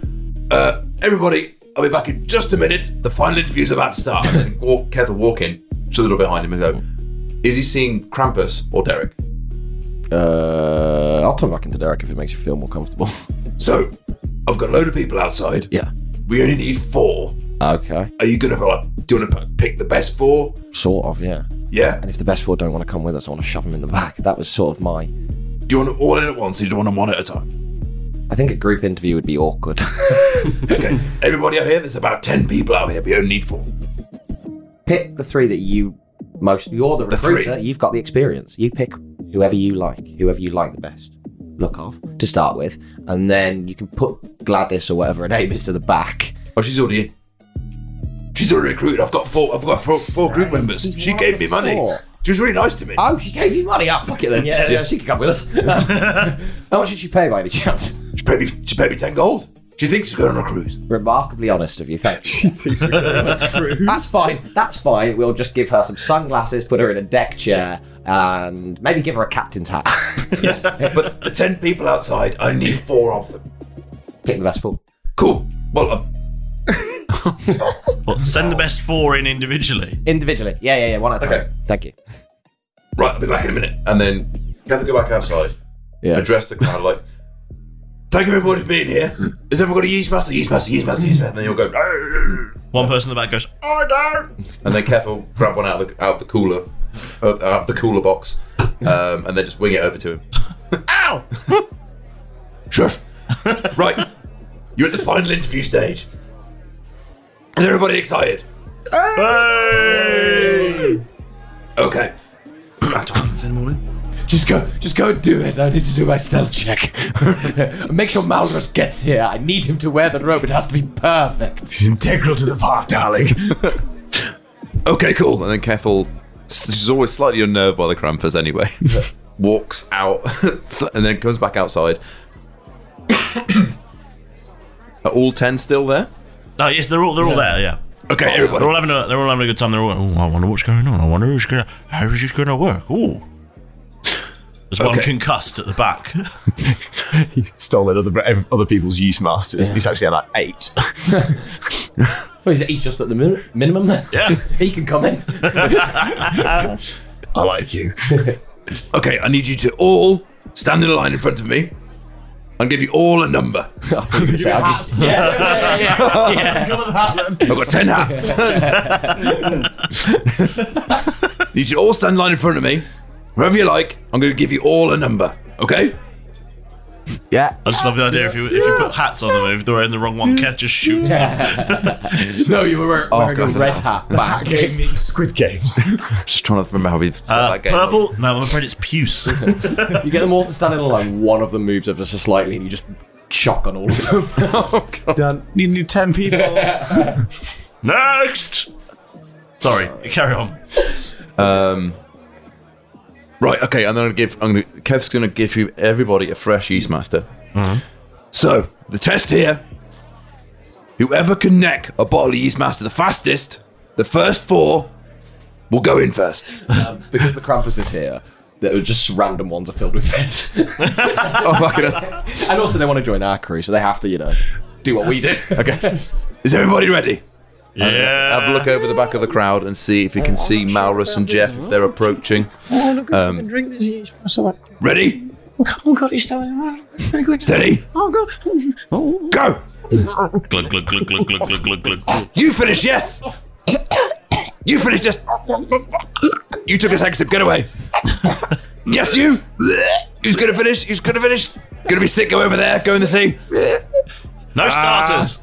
S6: uh, "Everybody, I'll be back in just a minute. The final interview's about to start." And then walk, Kes will walk in, just a little behind him, and go, "Is he seeing Krampus or Derek?"
S1: Uh, I'll turn back into Derek if it makes you feel more comfortable.
S6: So, I've got a load of people outside.
S1: Yeah.
S6: We only need four.
S1: *laughs* Okay.
S6: Are you going to like? Do you want to pick the best four?
S1: Sort of, yeah.
S6: Yeah.
S1: And if the best four don't want to come with us, I want to shove them in the back. That was sort of my.
S6: Do you want them all in at once? Or do you want them one at a time?
S1: I think a group interview would be awkward. *laughs*
S5: *laughs*
S6: Okay. Everybody out here. There's about ten people out here. We only need four.
S1: pick the three that you most. You're the
S6: The three.
S1: recruiter. You've got the experience. You pick whoever you like, whoever you like the best. Look off to start with, and then you can put Gladys or whatever her name is to the back.
S6: Oh, she's already in. She's already recruited. I've got four. I've got four, four group members. She gave me money.
S1: four.
S6: She was really nice to me.
S1: Oh, she gave you money. Ah, fuck it then. Yeah, yeah, she can come with
S6: *laughs*
S1: us. *laughs* How much did she pay by any chance?
S6: She paid me. She paid me ten gold. She thinks she's going on a cruise.
S1: Remarkably honest of you. Thank you.
S6: *laughs*
S1: *laughs* That's fine. That's fine. We'll just give her some sunglasses, put her in a deck chair, and maybe give her a captain's hat. *laughs*
S6: yes, but the ten people outside, I need four of them.
S1: Pick the best four.
S6: Cool. Well, uh,
S3: What, send the best four in individually.
S1: Individually. Yeah, yeah, yeah. One at a time. Thank you.
S6: Right, I'll be back in a minute. And then you have to go back outside.
S1: Yeah.
S6: Address the crowd like, thank you everybody for being here. Has everyone got a yeast master, yeast master, yeast master, yeast master? And then you'll go, "Arr!"
S3: One person in the back goes, I don't.
S6: and then careful, grab one out of the, out of the cooler, out out of the cooler box, um, and then just wing it over to him.
S3: Ow!
S6: Shush. right, you're at the final interview stage. Is everybody excited? *clears throat*
S3: Hey!
S6: Okay.
S1: Just go, just go and do it. I need to do my stealth check. *laughs* Make sure Malrus gets here. I need him to wear the robe. It has to be perfect.
S8: It's integral to the part, darling.
S6: Okay, cool. And then careful, she's always slightly unnerved by the crampers anyway. *laughs* Walks out *laughs* and then comes back outside. *coughs* Are all ten still there?
S3: Oh yes, they're all they're all there. Yeah.
S6: Okay, everybody.
S3: They're all having a they're all having a good time. They're all oh, I wonder what's going on. I wonder who's gonna how's this gonna work. Ooh. There's one
S8: Okay.
S3: concussed at the back.
S8: *laughs* he stole other ev- other people's yeast masters. He's actually had like eight.
S1: Well, he's, he's just at the min- minimum there.
S3: Yeah.
S1: *laughs* he can come in.
S6: I like
S8: *laughs*
S6: you. okay, I need you to all stand in a line in front of me. I'll give you all a number. I
S1: think it's
S11: hats. Yeah, yeah, yeah, yeah.
S6: I've got ten hats. you should all stand in line in front of me. Wherever you like, I'm going to give you all a number. Okay?
S8: Yeah.
S3: I just love the idea if you if you put hats on them, if they're wearing the wrong one, Kev just shoots them.
S1: *laughs* no, you were wearing,
S3: Oh,
S1: wearing a
S3: God.
S1: red
S3: *laughs*
S1: hat.
S8: That game means Squid Games.
S6: Just trying to remember how we've set
S3: Uh,
S6: that game.
S3: purple? No, I'm afraid it's puce.
S1: you get them all to stand in a line. One of them moves ever so slightly, and you just chuck on all of them. *laughs*
S8: Done. You need ten people.
S3: Next. Sorry, carry on.
S6: Um, right, okay, I'm gonna give. I'm gonna, Kev's gonna give you everybody a fresh yeast master. So the test here: whoever can neck a bottle of yeast master the fastest, the first four will go in first. *laughs*
S1: um, because the Krampus is here. That are just random ones are filled with fish.
S6: oh fucking hell.
S1: *laughs* And also they want to join our crew, so they have to, you know, do
S3: *laughs*
S1: what we do. *laughs*
S6: Okay. Is everybody ready?
S3: Yeah.
S6: Have a look over the back of the crowd and see if you can see Malrus and Jeff if they're approaching.
S11: Oh, look, I
S6: Um,
S11: can drink this yeast master. Like,
S6: ready?
S11: oh, God, he's still in
S6: Steady.
S11: Oh, God.
S6: Go.
S3: Glug glug glug glug glug glug glug glug.
S6: You finish, yes. You finish, yes. You took a second sip. Get away. Yes, you. Who's gonna finish? Who's gonna finish? Gonna be sick. Go over there. Go in the sea.
S3: No starters.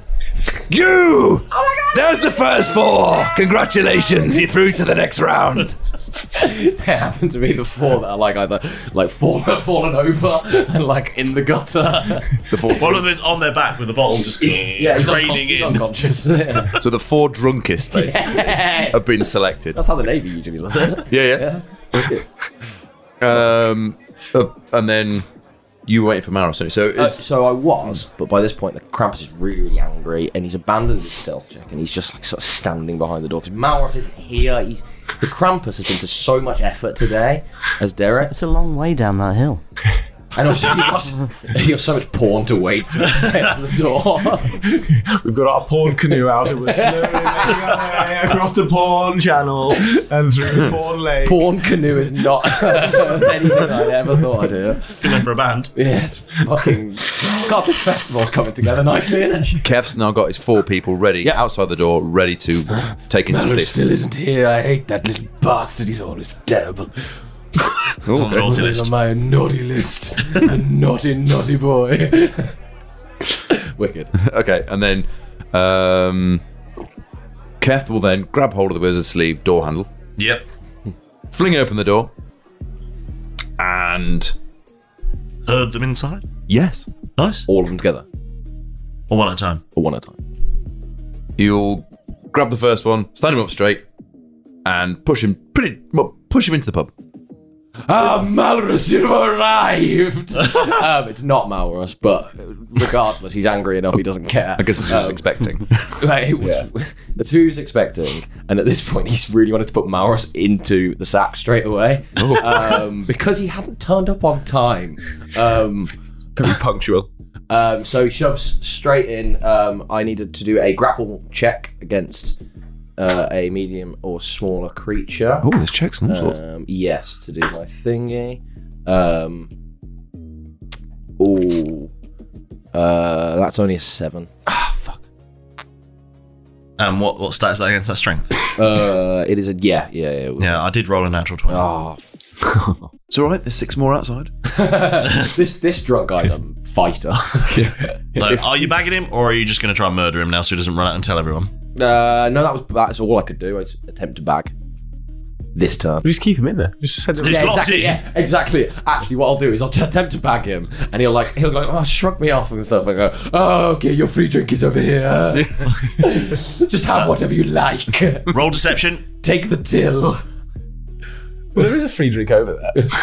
S6: You. Oh my God. There's the first four. Congratulations. You're through to the next round.
S1: there happen to be the four that are like either like fallen, *laughs* fallen over and like in the gutter. *laughs*
S6: The four.
S3: One of them is on their back with the bottle just
S1: he's
S3: draining
S1: uncon-
S3: in.
S1: unconscious. *laughs* Yeah.
S6: So the four drunkest
S1: Yes.
S6: have been selected.
S1: That's how the Navy usually does it. *laughs*
S6: Yeah, yeah. um, uh, and then you wait for Marathon. So
S1: *laughs* Uh,
S6: it's
S1: so I was, but by this point the Krampus is really, really angry, and he's abandoned his stealth check, and he's just like sort of standing behind the door because Malrus is here. He's the Krampus has been to so much effort today, as Derek.
S4: It's a long way down that hill.
S1: And also, you've *laughs* got, you've got so much porn to wade through to get to the door. *laughs*
S8: We've got our porn canoe out and we're slowly making our way across the porn channel and through the porn lake.
S1: Porn canoe is not anything I'd ever thought I'd hear.
S3: Good name for a band.
S1: Yeah, it's fucking. God, this festival's coming together nicely, isn't it?
S6: Kev's now got his four people ready outside the door, ready to take in the
S1: Mallory
S6: sleep.
S1: still isn't here. I hate that little bastard. He's always terrible.
S6: Ooh,
S3: Oh,
S6: okay.
S1: He's
S11: *laughs*
S1: on my naughty list. A naughty, naughty boy. *laughs* Wicked.
S6: *laughs* okay, and then um, Kev will then grab hold of the wizard's sleeve door handle,
S3: Yep.
S6: fling open the door, and
S3: Heard them inside.
S6: yes,
S3: nice,
S1: all of them together,
S3: Or one at a time.
S1: or one at a time.
S6: You'll grab the first one, stand him up straight, and push him pretty well, push him into the pub.
S1: Ah, Malrus, you've arrived. *laughs* um, it's not Malrus, but regardless, he's angry enough. He doesn't care.
S6: I guess it's
S1: Um,
S6: not *laughs* expecting.
S1: Like, it was, That's who he was expecting. And at this point, he's really wanted to put Maurus into the sack straight away
S15: Oh. *laughs*
S1: um, because he hadn't turned up on time. Um,
S8: Pretty punctual.
S1: Um, so he shoves straight in. Um, I needed to do a grapple check against uh, a medium or smaller creature.
S15: Oh, this check's some sort.
S1: Um, yes, to do my thingy. Um, ooh. Uh, that's only a seven.
S3: Um, what what stat is that against that strength?
S1: Uh, it is a yeah, yeah, yeah.
S3: Yeah, I did roll a natural twenty.
S1: Oh.
S15: It's all right. There's six more outside.
S1: this this drunk guy's a
S9: *laughs*
S1: fighter.
S3: So, are you bagging him, or are you just going to try and murder him now so he doesn't run out and tell everyone?
S1: Uh, no, that was that's all I could do. I was attempt to bag. This time.
S9: Just keep him in there. Just send him
S1: yeah, exactly. Yeah, exactly. Actually, what I'll do is I'll attempt to bag him, and he'll like he'll go, oh, shrug me off and stuff, and go, oh, okay, your free drink is over here. *laughs* Just have whatever you like. *laughs*
S3: Roll deception.
S1: Take the till.
S9: Well, there is a free drink over there.
S1: *laughs*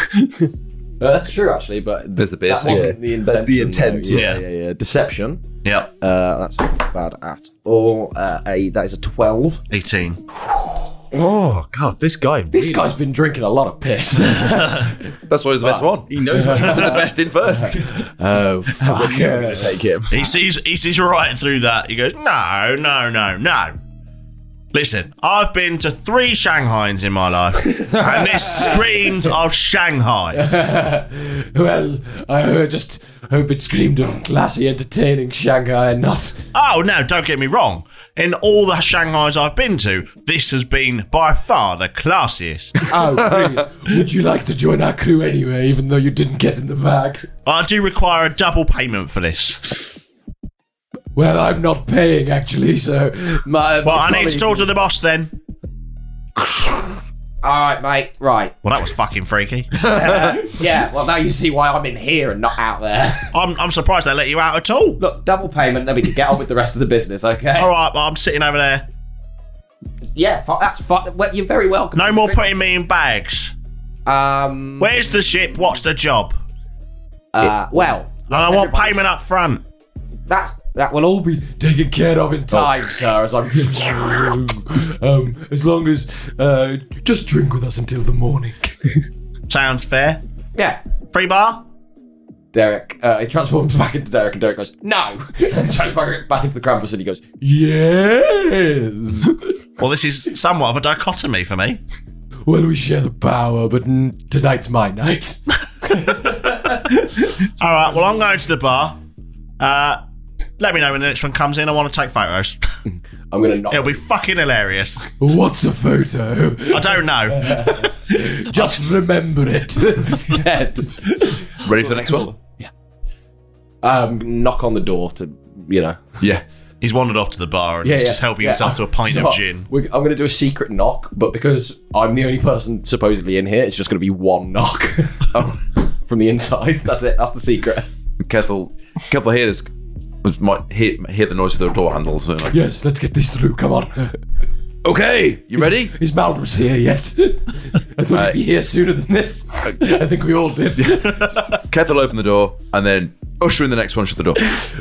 S1: Uh, that's true, actually, but
S9: There's the beer
S1: That
S9: section.
S1: wasn't the
S9: Yeah.
S1: intention.
S9: That's the intent,
S1: though. Yeah,
S9: yeah.
S1: yeah, yeah. Deception.
S3: Yeah.
S1: Uh, that's not bad at all. Uh, a that is a twelve.
S3: Eighteen.
S1: Oh god, this guy. This guy's been drinking a lot of piss. *laughs*
S6: That's why he's the best one. He knows what *laughs* he's the best in *laughs* first.
S1: oh, fuck.
S6: gonna take him.
S3: He sees he sees right through that. He goes, no, no, no, no. Listen, I've been to three Shanghais in my
S1: *laughs*
S3: life, and this screams of Shanghai.
S1: well, I ho- just hope it screamed of classy, entertaining Shanghai and not.
S3: Oh no, don't get me wrong. In all the Shanghais I've been to, this has been by far the classiest.
S1: Oh, brilliant. Would you like to join our crew anyway, even though you didn't get in the bag?
S3: I do require a double payment for this.
S1: Well, I'm not paying actually, so my.
S3: Well,
S1: *laughs*
S3: I need to talk to the boss then.
S10: All right, mate. Right.
S3: Well, that was fucking freaky. *laughs*
S10: yeah. Well, now you see why I'm in here and not out there. *laughs*
S3: I'm, I'm surprised they let you out at all.
S10: Look, double payment, then we can get on with the rest of the business, okay?
S3: All right, well, I'm sitting over there.
S10: Yeah, fu- that's fine. Well, you're very welcome.
S3: No more putting me in bags.
S10: Um.
S3: Where's the ship? What's the job?
S10: Uh, well,
S3: and I want payment up front.
S10: That's
S1: That will all be taken care of in time, sir. As I'm, *laughs* um, as long as uh, just drink with us until the morning.
S3: Sounds fair.
S10: Yeah.
S3: Free bar?
S1: *laughs* Derek, uh, he transforms back into Derek, and Derek goes, "No!" *laughs* and transforms back- back into the Krampus, and he goes, *laughs* "Yes."
S3: Well, this is somewhat of a dichotomy for me.
S1: Well, we share the power, but n- tonight's my night. *laughs*
S3: All right, well, I'm going to the bar. Uh, let me know when the next one comes in. I want to take photos.
S1: *laughs* I'm gonna knock.
S3: It'll be fucking hilarious.
S1: What's a photo?
S3: I don't
S1: *laughs*
S3: know.
S1: Just remember it *laughs* instead.
S6: Ready for the next one?
S1: Um, knock on the door to, you know.
S6: *laughs* Yeah.
S3: He's wandered off to the bar and
S1: Yeah,
S3: he's
S1: yeah,
S3: just helping
S1: yeah.
S3: himself to a pint
S1: You know
S3: of
S1: what?
S3: gin.
S1: We're, Oh, I'm going to do a secret knock, but because I'm the only person supposedly in here, it's just going to be one knock *laughs* from the inside. That's it. That's the secret.
S6: Careful, careful. Hear this. Might hear, hear the noise of the door handles. so like-
S1: Yes, let's get this through. Come on.
S6: Okay, you ready?
S1: Is Maldros here yet? I thought
S6: Uh,
S1: he'd be here sooner than this. I think we all did. *laughs*
S6: Kethel open the door and then usher in the next one shut the door.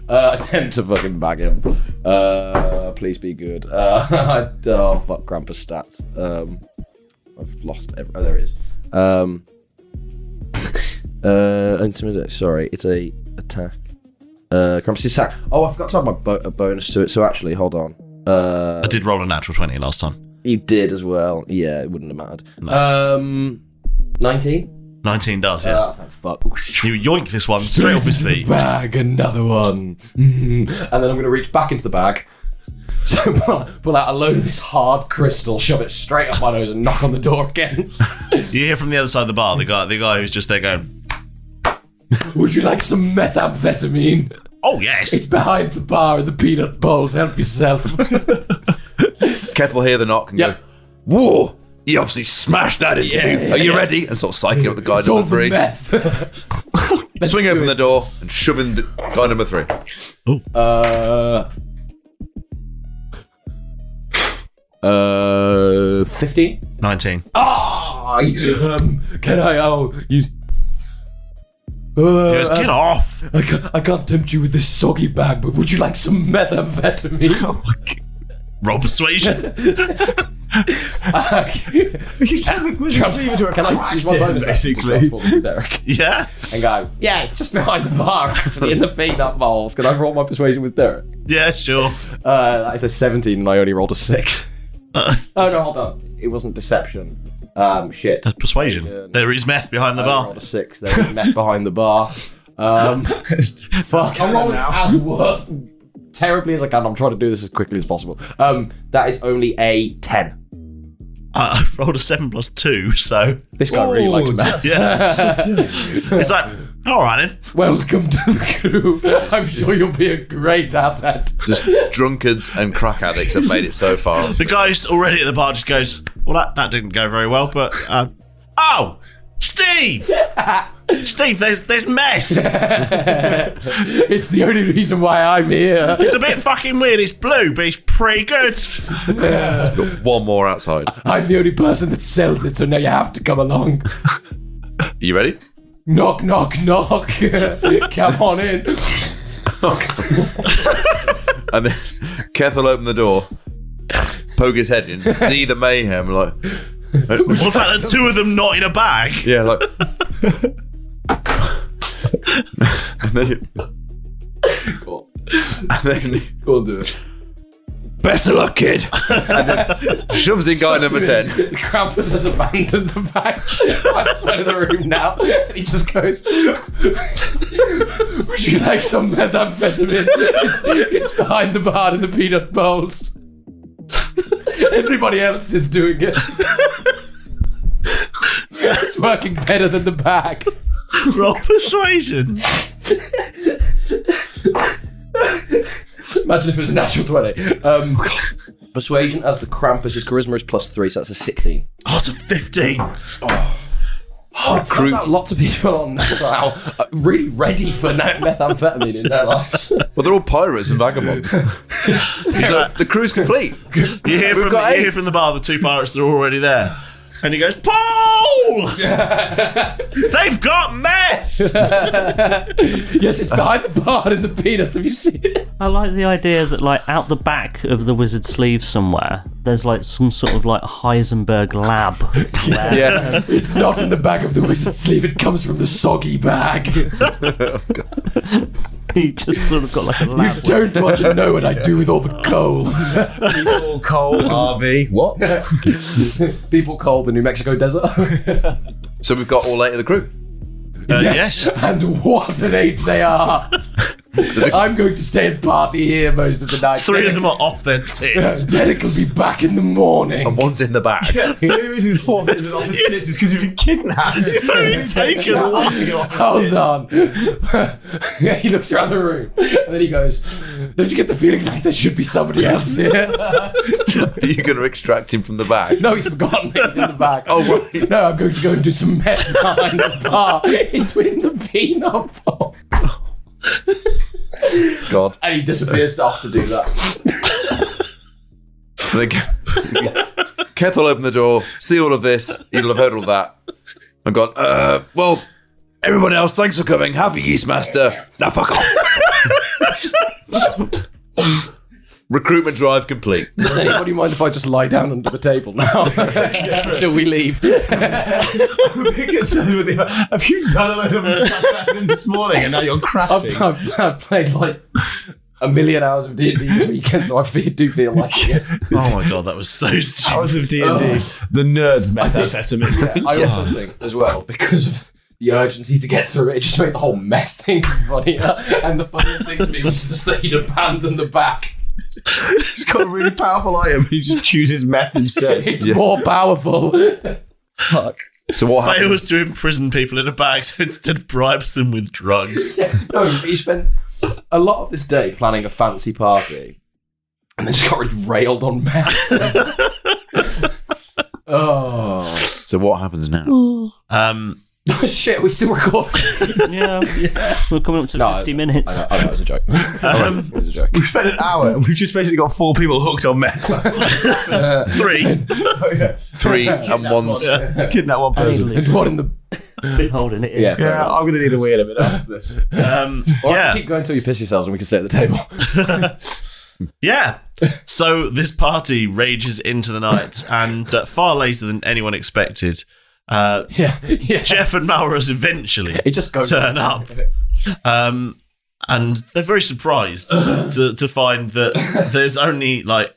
S1: Uh, attempt to fucking bag him. Uh, please be good. Uh, *laughs* oh, fuck Krampus stats. Um, I've lost every. Oh, there it is. Um, uh, intimidate. Sorry, it's a attack. Uh, Krampus attack. Oh, I forgot to add my bo- a bonus to it. So actually, hold on. Uh,
S3: I did roll a natural 20 last time.
S1: you did as well. Yeah, it wouldn't have mattered. Um, nineteen.
S3: 19 does, yeah.
S1: Ah, thank fuck.
S3: You yoink this one straight off his feet.
S1: Bag another one. Mhm. And then I'm going to reach back into the bag. *laughs* So pull, pull out a load of this hard crystal, shove it straight up my nose, and knock on the door again.
S3: You hear from the other side of the bar, the guy, the guy who's just there going,
S1: Would you like some methamphetamine?
S3: "Oh yes."
S1: It's behind the bar in the peanut bowls. Help yourself. *laughs*
S6: Kethel hear the knock and
S1: Yeah.
S6: go, "Whoa!" You obviously smashed that into
S1: Yeah,
S6: you.
S1: yeah,
S6: Are you
S1: yeah.
S6: ready? And sort of psyching up the guy
S1: It's all
S6: number
S1: the
S6: three.
S8: *laughs*
S1: meth.
S6: Swing open the door and shoving the guy number three.
S1: Uh. Uh, fifteen.
S3: 19.
S1: Ah, oh, um, can I? Oh, you. Uh,
S3: He goes, "Get
S1: uh,
S3: off."
S1: I can't, I can't tempt you with this soggy bag, but would you like some methamphetamine? *laughs*
S3: Roll persuasion.
S8: *laughs* *laughs* you
S1: *laughs*
S8: turn the wizard
S11: Can-
S8: sleeve into a
S11: can I
S8: crack
S11: use my
S8: den,
S11: bonus action to
S8: basically.
S11: transform into Derek?
S3: Yeah.
S11: And go. Yeah, it's just behind the bar, actually, in the peanut bowls. Can I roll my persuasion with Derek?
S3: Yeah, sure.
S11: Uh, that is a 17, and I only rolled a six. *laughs*
S3: Uh,
S11: oh no, hold on. It wasn't deception. Um, shit.
S3: That's persuasion. There is meth behind the
S11: I
S3: bar.
S11: rolled a six. There was meth behind the bar. *laughs* Um, fuck, I'm rolling as worth terribly as I can. I'm trying to do this as quickly as possible. Um, that is only a ten.
S3: Uh, I I rolled a seven plus two, so
S11: this guy really likes math.
S1: *laughs*
S3: Yeah, it's like all right then.
S11: Welcome to the *laughs* crew. I'm sure you'll be a great asset.
S6: Just drunkards and crack addicts have made it so far.
S3: The guy who's already at the bar just goes, "Well, that, that didn't go very well, but uh, oh,
S1: *laughs*
S3: Steve, Steve, there's there's meth.
S11: it's the only reason why I'm here.
S3: It's a bit fucking weird. It's blue, but it's pretty good.
S6: Got one more outside.
S11: I'm the only person that sells it, so now you have to come along.
S6: You ready?
S11: Knock, knock, knock. *laughs* come on in.
S6: *laughs* And then Keth will open the door, poke his head in, see the mayhem, like.
S3: Well, the fact that two of them not in a bag.
S8: *laughs*
S6: Yeah,
S3: *laughs*
S6: like. and then. You... And then.
S11: Go on, do it.
S6: Best of luck, kid! and then shoves in guy number 10.
S11: *laughs* Krampus has abandoned the back *laughs* outside of the room now, and he just goes, "Would you like some methamphetamine? It's, it's behind the bar in the peanut bowls." *laughs* Everybody else is doing it. *laughs* it's working better than the back.
S3: Roll persuasion.
S11: Imagine if it was a natural 20. Um, persuasion as the Krampus, his charisma is plus 3, so that's a 16.
S3: Oh, it's a 15.
S11: Oh, it turns out lots of people on now are really ready for na- methamphetamine in their lives.
S6: Well, they're all pirates and vagabonds. so the crew's complete.
S3: You hear
S6: We've
S3: from
S6: got
S3: you
S6: eight.
S3: hear from the bar the two pirates that are already there, and he goes, "Paul, they've got meth."
S11: yes, it's behind the bar in the peanuts. Have you seen it?
S4: I like the idea that, like, out the back of the wizard sleeve somewhere, there's like some sort of like Heisenberg *laughs* lab. where-
S11: it's not in the bag of the wizard sleeve. It comes from the
S4: *laughs*
S11: soggy bag.
S4: Oh, you just sort of got like a
S11: You
S4: lab.
S11: don't want to know what I do with all the coal.
S8: People, coal,
S3: Uh,
S8: RV. What?
S11: People coal the New Mexico desert.
S6: So we've got all eight of the crew.
S3: yes.
S11: *laughs* And what an eight they are. I'm going to stay and party here most of the night.
S3: Three of them are off their
S11: *laughs*
S3: tits.
S11: Derek will be back in the morning.
S6: And one's in the back. *laughs*
S8: the only reason he's thought this is off his tits is because you've been kidnapped.
S3: You've only taken one.
S11: Hold on. yeah, *laughs* he looks around the room and then he goes, Don't you get the feeling like there should be somebody else here? *laughs*
S6: Are you going to extract him from the bag?
S11: no, he's forgotten that he's in the back. Oh,
S6: right.
S11: No, I'm going to go and do some *laughs* meth behind the bar. It's in the peanut bowl.
S6: God.
S11: And he disappears off to do that.
S6: And then *laughs* Keth, Keth will open the door, see all of this. He'll have heard all that. And gone, uh, well, everyone else, thanks for coming. Have a yeast master. Now fuck off. Recruitment drive complete.
S11: Does anybody mind if I just lie down under the table now until we leave?
S8: Big concern *laughs* with you. Have you done a load of methamphetamine this morning and now you're crashing?
S11: I've, I've, I've played like a million hours of D&D this weekend, so I fe- do feel like it. Yes.
S3: Oh my god, that was so stupid.
S8: Hours of D&D.
S11: Oh.
S8: The nerds methamphetamine.
S11: Yeah, I also think as well because of the urgency to get through it, it just made the whole mess thing *laughs* funnier. And the funniest thing to me was just that he'd abandoned the back.
S8: He's got a really powerful item. He just chooses meth instead.
S11: It's more powerful.
S8: Fuck.
S6: So what
S3: Fails to imprison people in a bag, *laughs* so instead bribes them with drugs.
S11: *laughs* No, he spent a lot of this day planning a fancy party, and then just got really railed on meth. *laughs* oh
S6: So what happens now?
S1: *sighs*
S3: Um,
S11: shit! We still record.
S4: *laughs* yeah. We're coming up to 50 minutes.
S11: I know it was a joke.
S3: um,
S11: It was a joke.
S8: We've spent an hour and we've just basically got four people hooked on meth.
S3: *laughs*
S8: *laughs*
S3: three.
S6: Three and one's
S8: uh, Kidnap one person.
S11: And what in the
S4: holding it.
S11: yeah?
S8: Yeah, I'm going to need a wee in a minute after this.
S3: Um,
S11: Or
S3: yeah.
S11: keep going until you piss yourselves, and we can stay at the table.
S3: Yeah. So this party rages into the night, and uh, far later than anyone expected. Uh, yeah, Jeff and Maurus eventually turn up, um, and they're very surprised to, to find that there's only like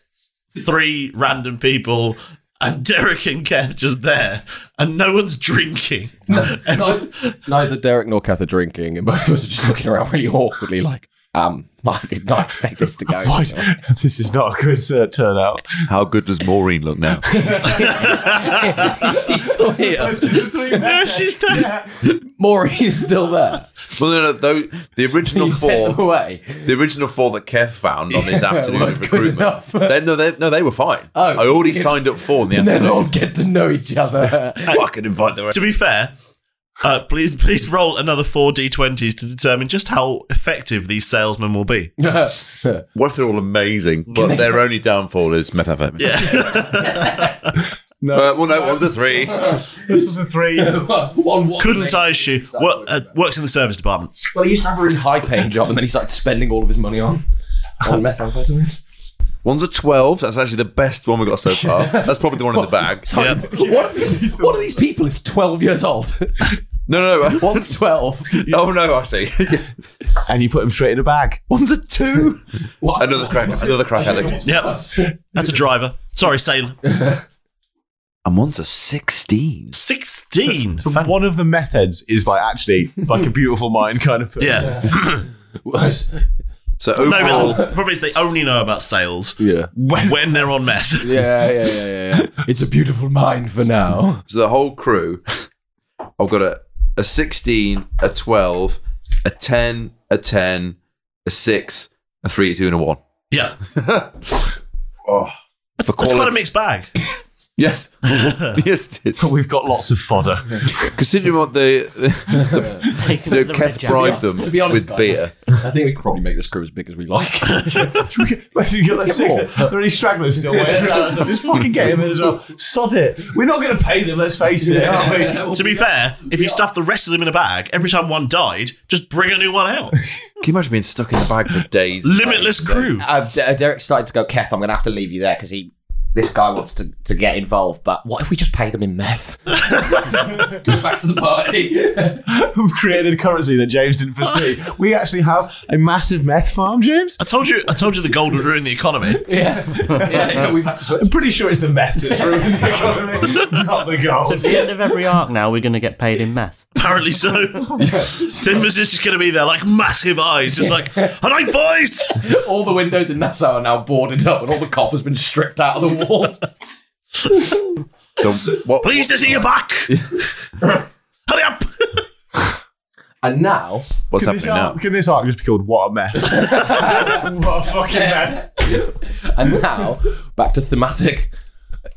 S3: three random people. And Derek and Keth just there, and no one's drinking.
S1: Neither Derek nor Kath are drinking, and both of us are just looking around really awkwardly, like, um, I did not expect this to go.
S8: *laughs* this is not a good uh, turnout.
S11: How good does Maureen look now?
S1: She's still here.
S3: no,
S8: *laughs*
S3: she's still.
S1: Maureen's still there.
S6: Well, no, no, though, the original
S1: You
S6: four,
S1: sent away.
S6: the original four that Keth found on his
S1: Yeah,
S6: afternoon
S1: well, good
S6: recruitment,
S1: enough.
S6: they, no, they, no, they were fine.
S1: Oh.
S6: I already signed up four in
S1: *laughs*
S6: the
S1: And then
S6: afternoon.
S1: all get to know each other.
S6: Well, I can invite the rest.
S3: To be fair, uh, please please roll another four d20s to determine just how effective these salesmen will be.
S6: what if they're all
S3: *laughs*
S6: amazing, but their only downfall is methamphetamine?
S3: Yeah.
S6: *laughs* no. well, no, it was a *laughs* three.
S8: this was a three. *laughs*
S3: Couldn't tie his shoe. Wo- uh, works in the service department.
S1: Well, he used to have a really high paying job, and then he started spending all of his money on,
S11: *laughs*
S1: on methamphetamine.
S6: One's a 12. That's actually the best one we got so far. That's probably the one in the
S3: *laughs*
S6: bag.
S1: One, of these, one of these people is 12 years old. *laughs*
S6: No, no,
S3: *laughs*
S6: no.
S1: One's 12.
S6: Oh, no, I see.
S8: and you put him straight in a bag.
S6: *laughs* One's a two. Another crack, another crack addict.
S3: Yep. That's a driver. Sorry, sailor.
S11: And one's a 16.
S3: 16?
S8: *laughs* So one of the methods is like actually like a beautiful mind kind of thing. *laughs*
S3: Yeah.
S6: *laughs* so
S3: no, but the problem is they only know about sales
S6: Yeah.
S3: when, they're on meth.
S1: Yeah, yeah, yeah, yeah. yeah. It's a beautiful mind for now.
S6: So the whole crew, I've got a, a 16, a 12, a 10, a 10, a 6, a 3, a 2, and a 1.
S3: *laughs* Yeah.
S6: Oh, for
S3: That's
S6: quali-
S3: quite a mixed bag.
S6: Yes. *laughs* yes, it is.
S8: We've got lots of fodder.
S6: Considering what *laughs* the, the, so
S1: The
S6: Kev
S1: red jacket.
S6: bribed them
S1: To be
S6: with
S1: honest, guys,
S6: beer.
S1: I think we can probably make this crew as big as we like.
S8: you got that
S1: Get
S8: six.
S1: more.
S8: There are any stragglers still waiting around. So just fucking get him in as well. Sod it. We're not going to pay them. Let's face it. aren't we?
S3: to be fair, if you stuff the rest of them in a bag, every time one died, just bring a new one out.
S6: Can you imagine being stuck in a bag for days?
S3: Limitless crew.
S10: Uh, D- uh, Derek started to go, Keth, I'm going to have to leave you there because he, this guy wants to, to get involved. But what if we just pay them in meth? *laughs*
S1: Go back to the party.
S8: *laughs* We've created a currency that James didn't foresee. We actually have a massive meth farm, James.
S3: I told you I told you the gold would ruin the economy.
S8: Yeah.
S1: *laughs* yeah, we've
S8: I'm pretty sure it's the meth that's ruined the economy, not the
S4: So
S8: gold.
S4: at the end of every arc now, we're going to get paid in meth.
S16: *laughs*
S3: Apparently so. *laughs* Timbers is just going to be there, like massive eyes,
S16: *laughs*
S3: just like, all right, boys.
S1: All the windows in Nassau are now boarded up, and all the copper's been stripped out of the walls.
S6: So what?
S3: Pleased to see
S16: *laughs*
S3: you back. Hurry up.
S1: And now,
S6: What's
S8: can this
S6: happening now?
S8: arc, Can this arc just be called What a Meth? *laughs* what a fucking meth.
S1: and now, back to thematic,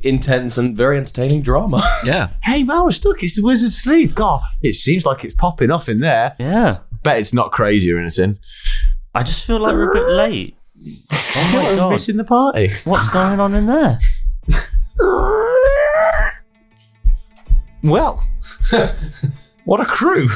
S1: intense, and very entertaining drama.
S3: Yeah.
S8: Hey, Maurice, look, it's the Wizard's Sleeve. God, it seems like it's popping off in there.
S4: Yeah.
S8: Bet it's not crazy or anything.
S4: I just feel like we're a bit late. Oh *laughs* my
S8: We're
S4: god.
S8: missing the party.
S4: What's going on in there?
S8: Well, what a crew.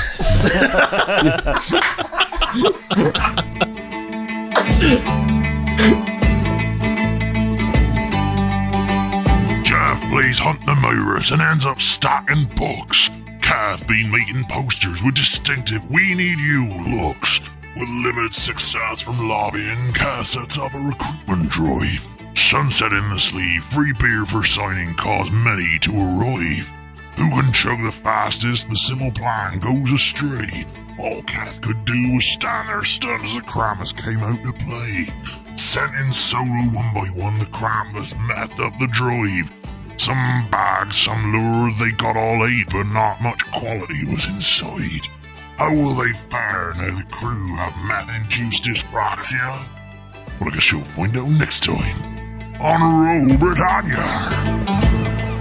S17: Jeff plays Hunt the Maurus and ends up stacking books. Kath been making posters with distinctive We Need You looks. With limited success from lobbying, Kath sets up a recruitment drive. Sunset in the sleeve, free beer for signing cause many to arrive. Who can chug the fastest, the simple plan goes astray. All Kath could do was stand there stunned as the Krampus came out to play. Sent in solo one by one, the Krampus messed up the drive. Some bags, some lure, they got all eight, but not much quality was inside. How will they fare now the crew have meth-induced dyspraxia? Well, I guess you'll find out next time on Roll Britannia.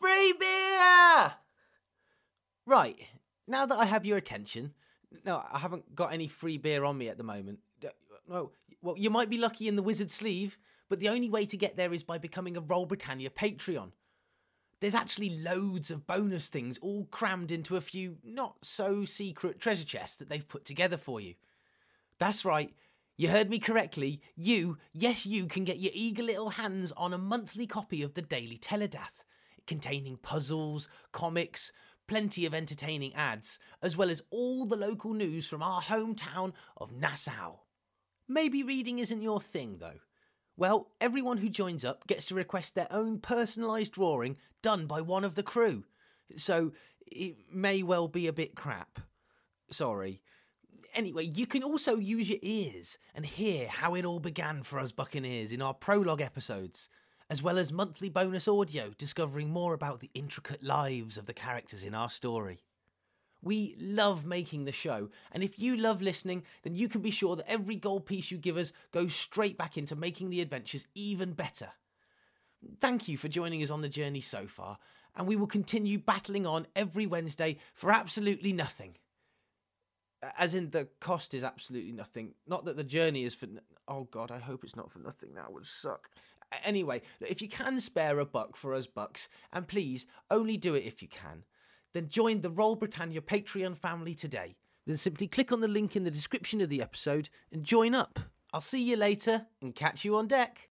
S16: Free beer! Right, now that I have your attention, no, I haven't got any free beer on me at the moment. D- No, well, you might be lucky in the wizard sleeve, but the only way to get there is by becoming a Roll Britannia Patreon. There's actually loads of bonus things all crammed into a few not so secret treasure chests that they've put together for you. That's right. You heard me correctly. You, yes, you can get your eager little hands on a monthly copy of the Daily Teledath, containing puzzles, comics, plenty of entertaining ads, as well as all the local news from our hometown of Nassau. Maybe reading isn't your thing, though. Well, everyone who joins up gets to request their own personalised drawing done by one of the crew, so it may well be a bit crap. Sorry. Anyway, you can also use your ears and hear how it all began for us Buccaneers in our prologue episodes, as well as monthly bonus audio discovering more about the intricate lives of the characters in our story. We love making the show, and if you love listening, then you can be sure that every gold piece you give us goes straight back into making the adventures even better. Thank you for joining us on the journey so far, and we will continue battling on every Wednesday for absolutely nothing. As in, the cost is absolutely nothing. Not that the journey is for. n- Oh God, I hope it's not for nothing. That would suck. A- Anyway, if you can spare a buck for us bucks, and please only do it if you can, then join the Roll Britannia Patreon family today. Then simply click on the link in the description of the episode and join up. I'll see you later and catch you on deck.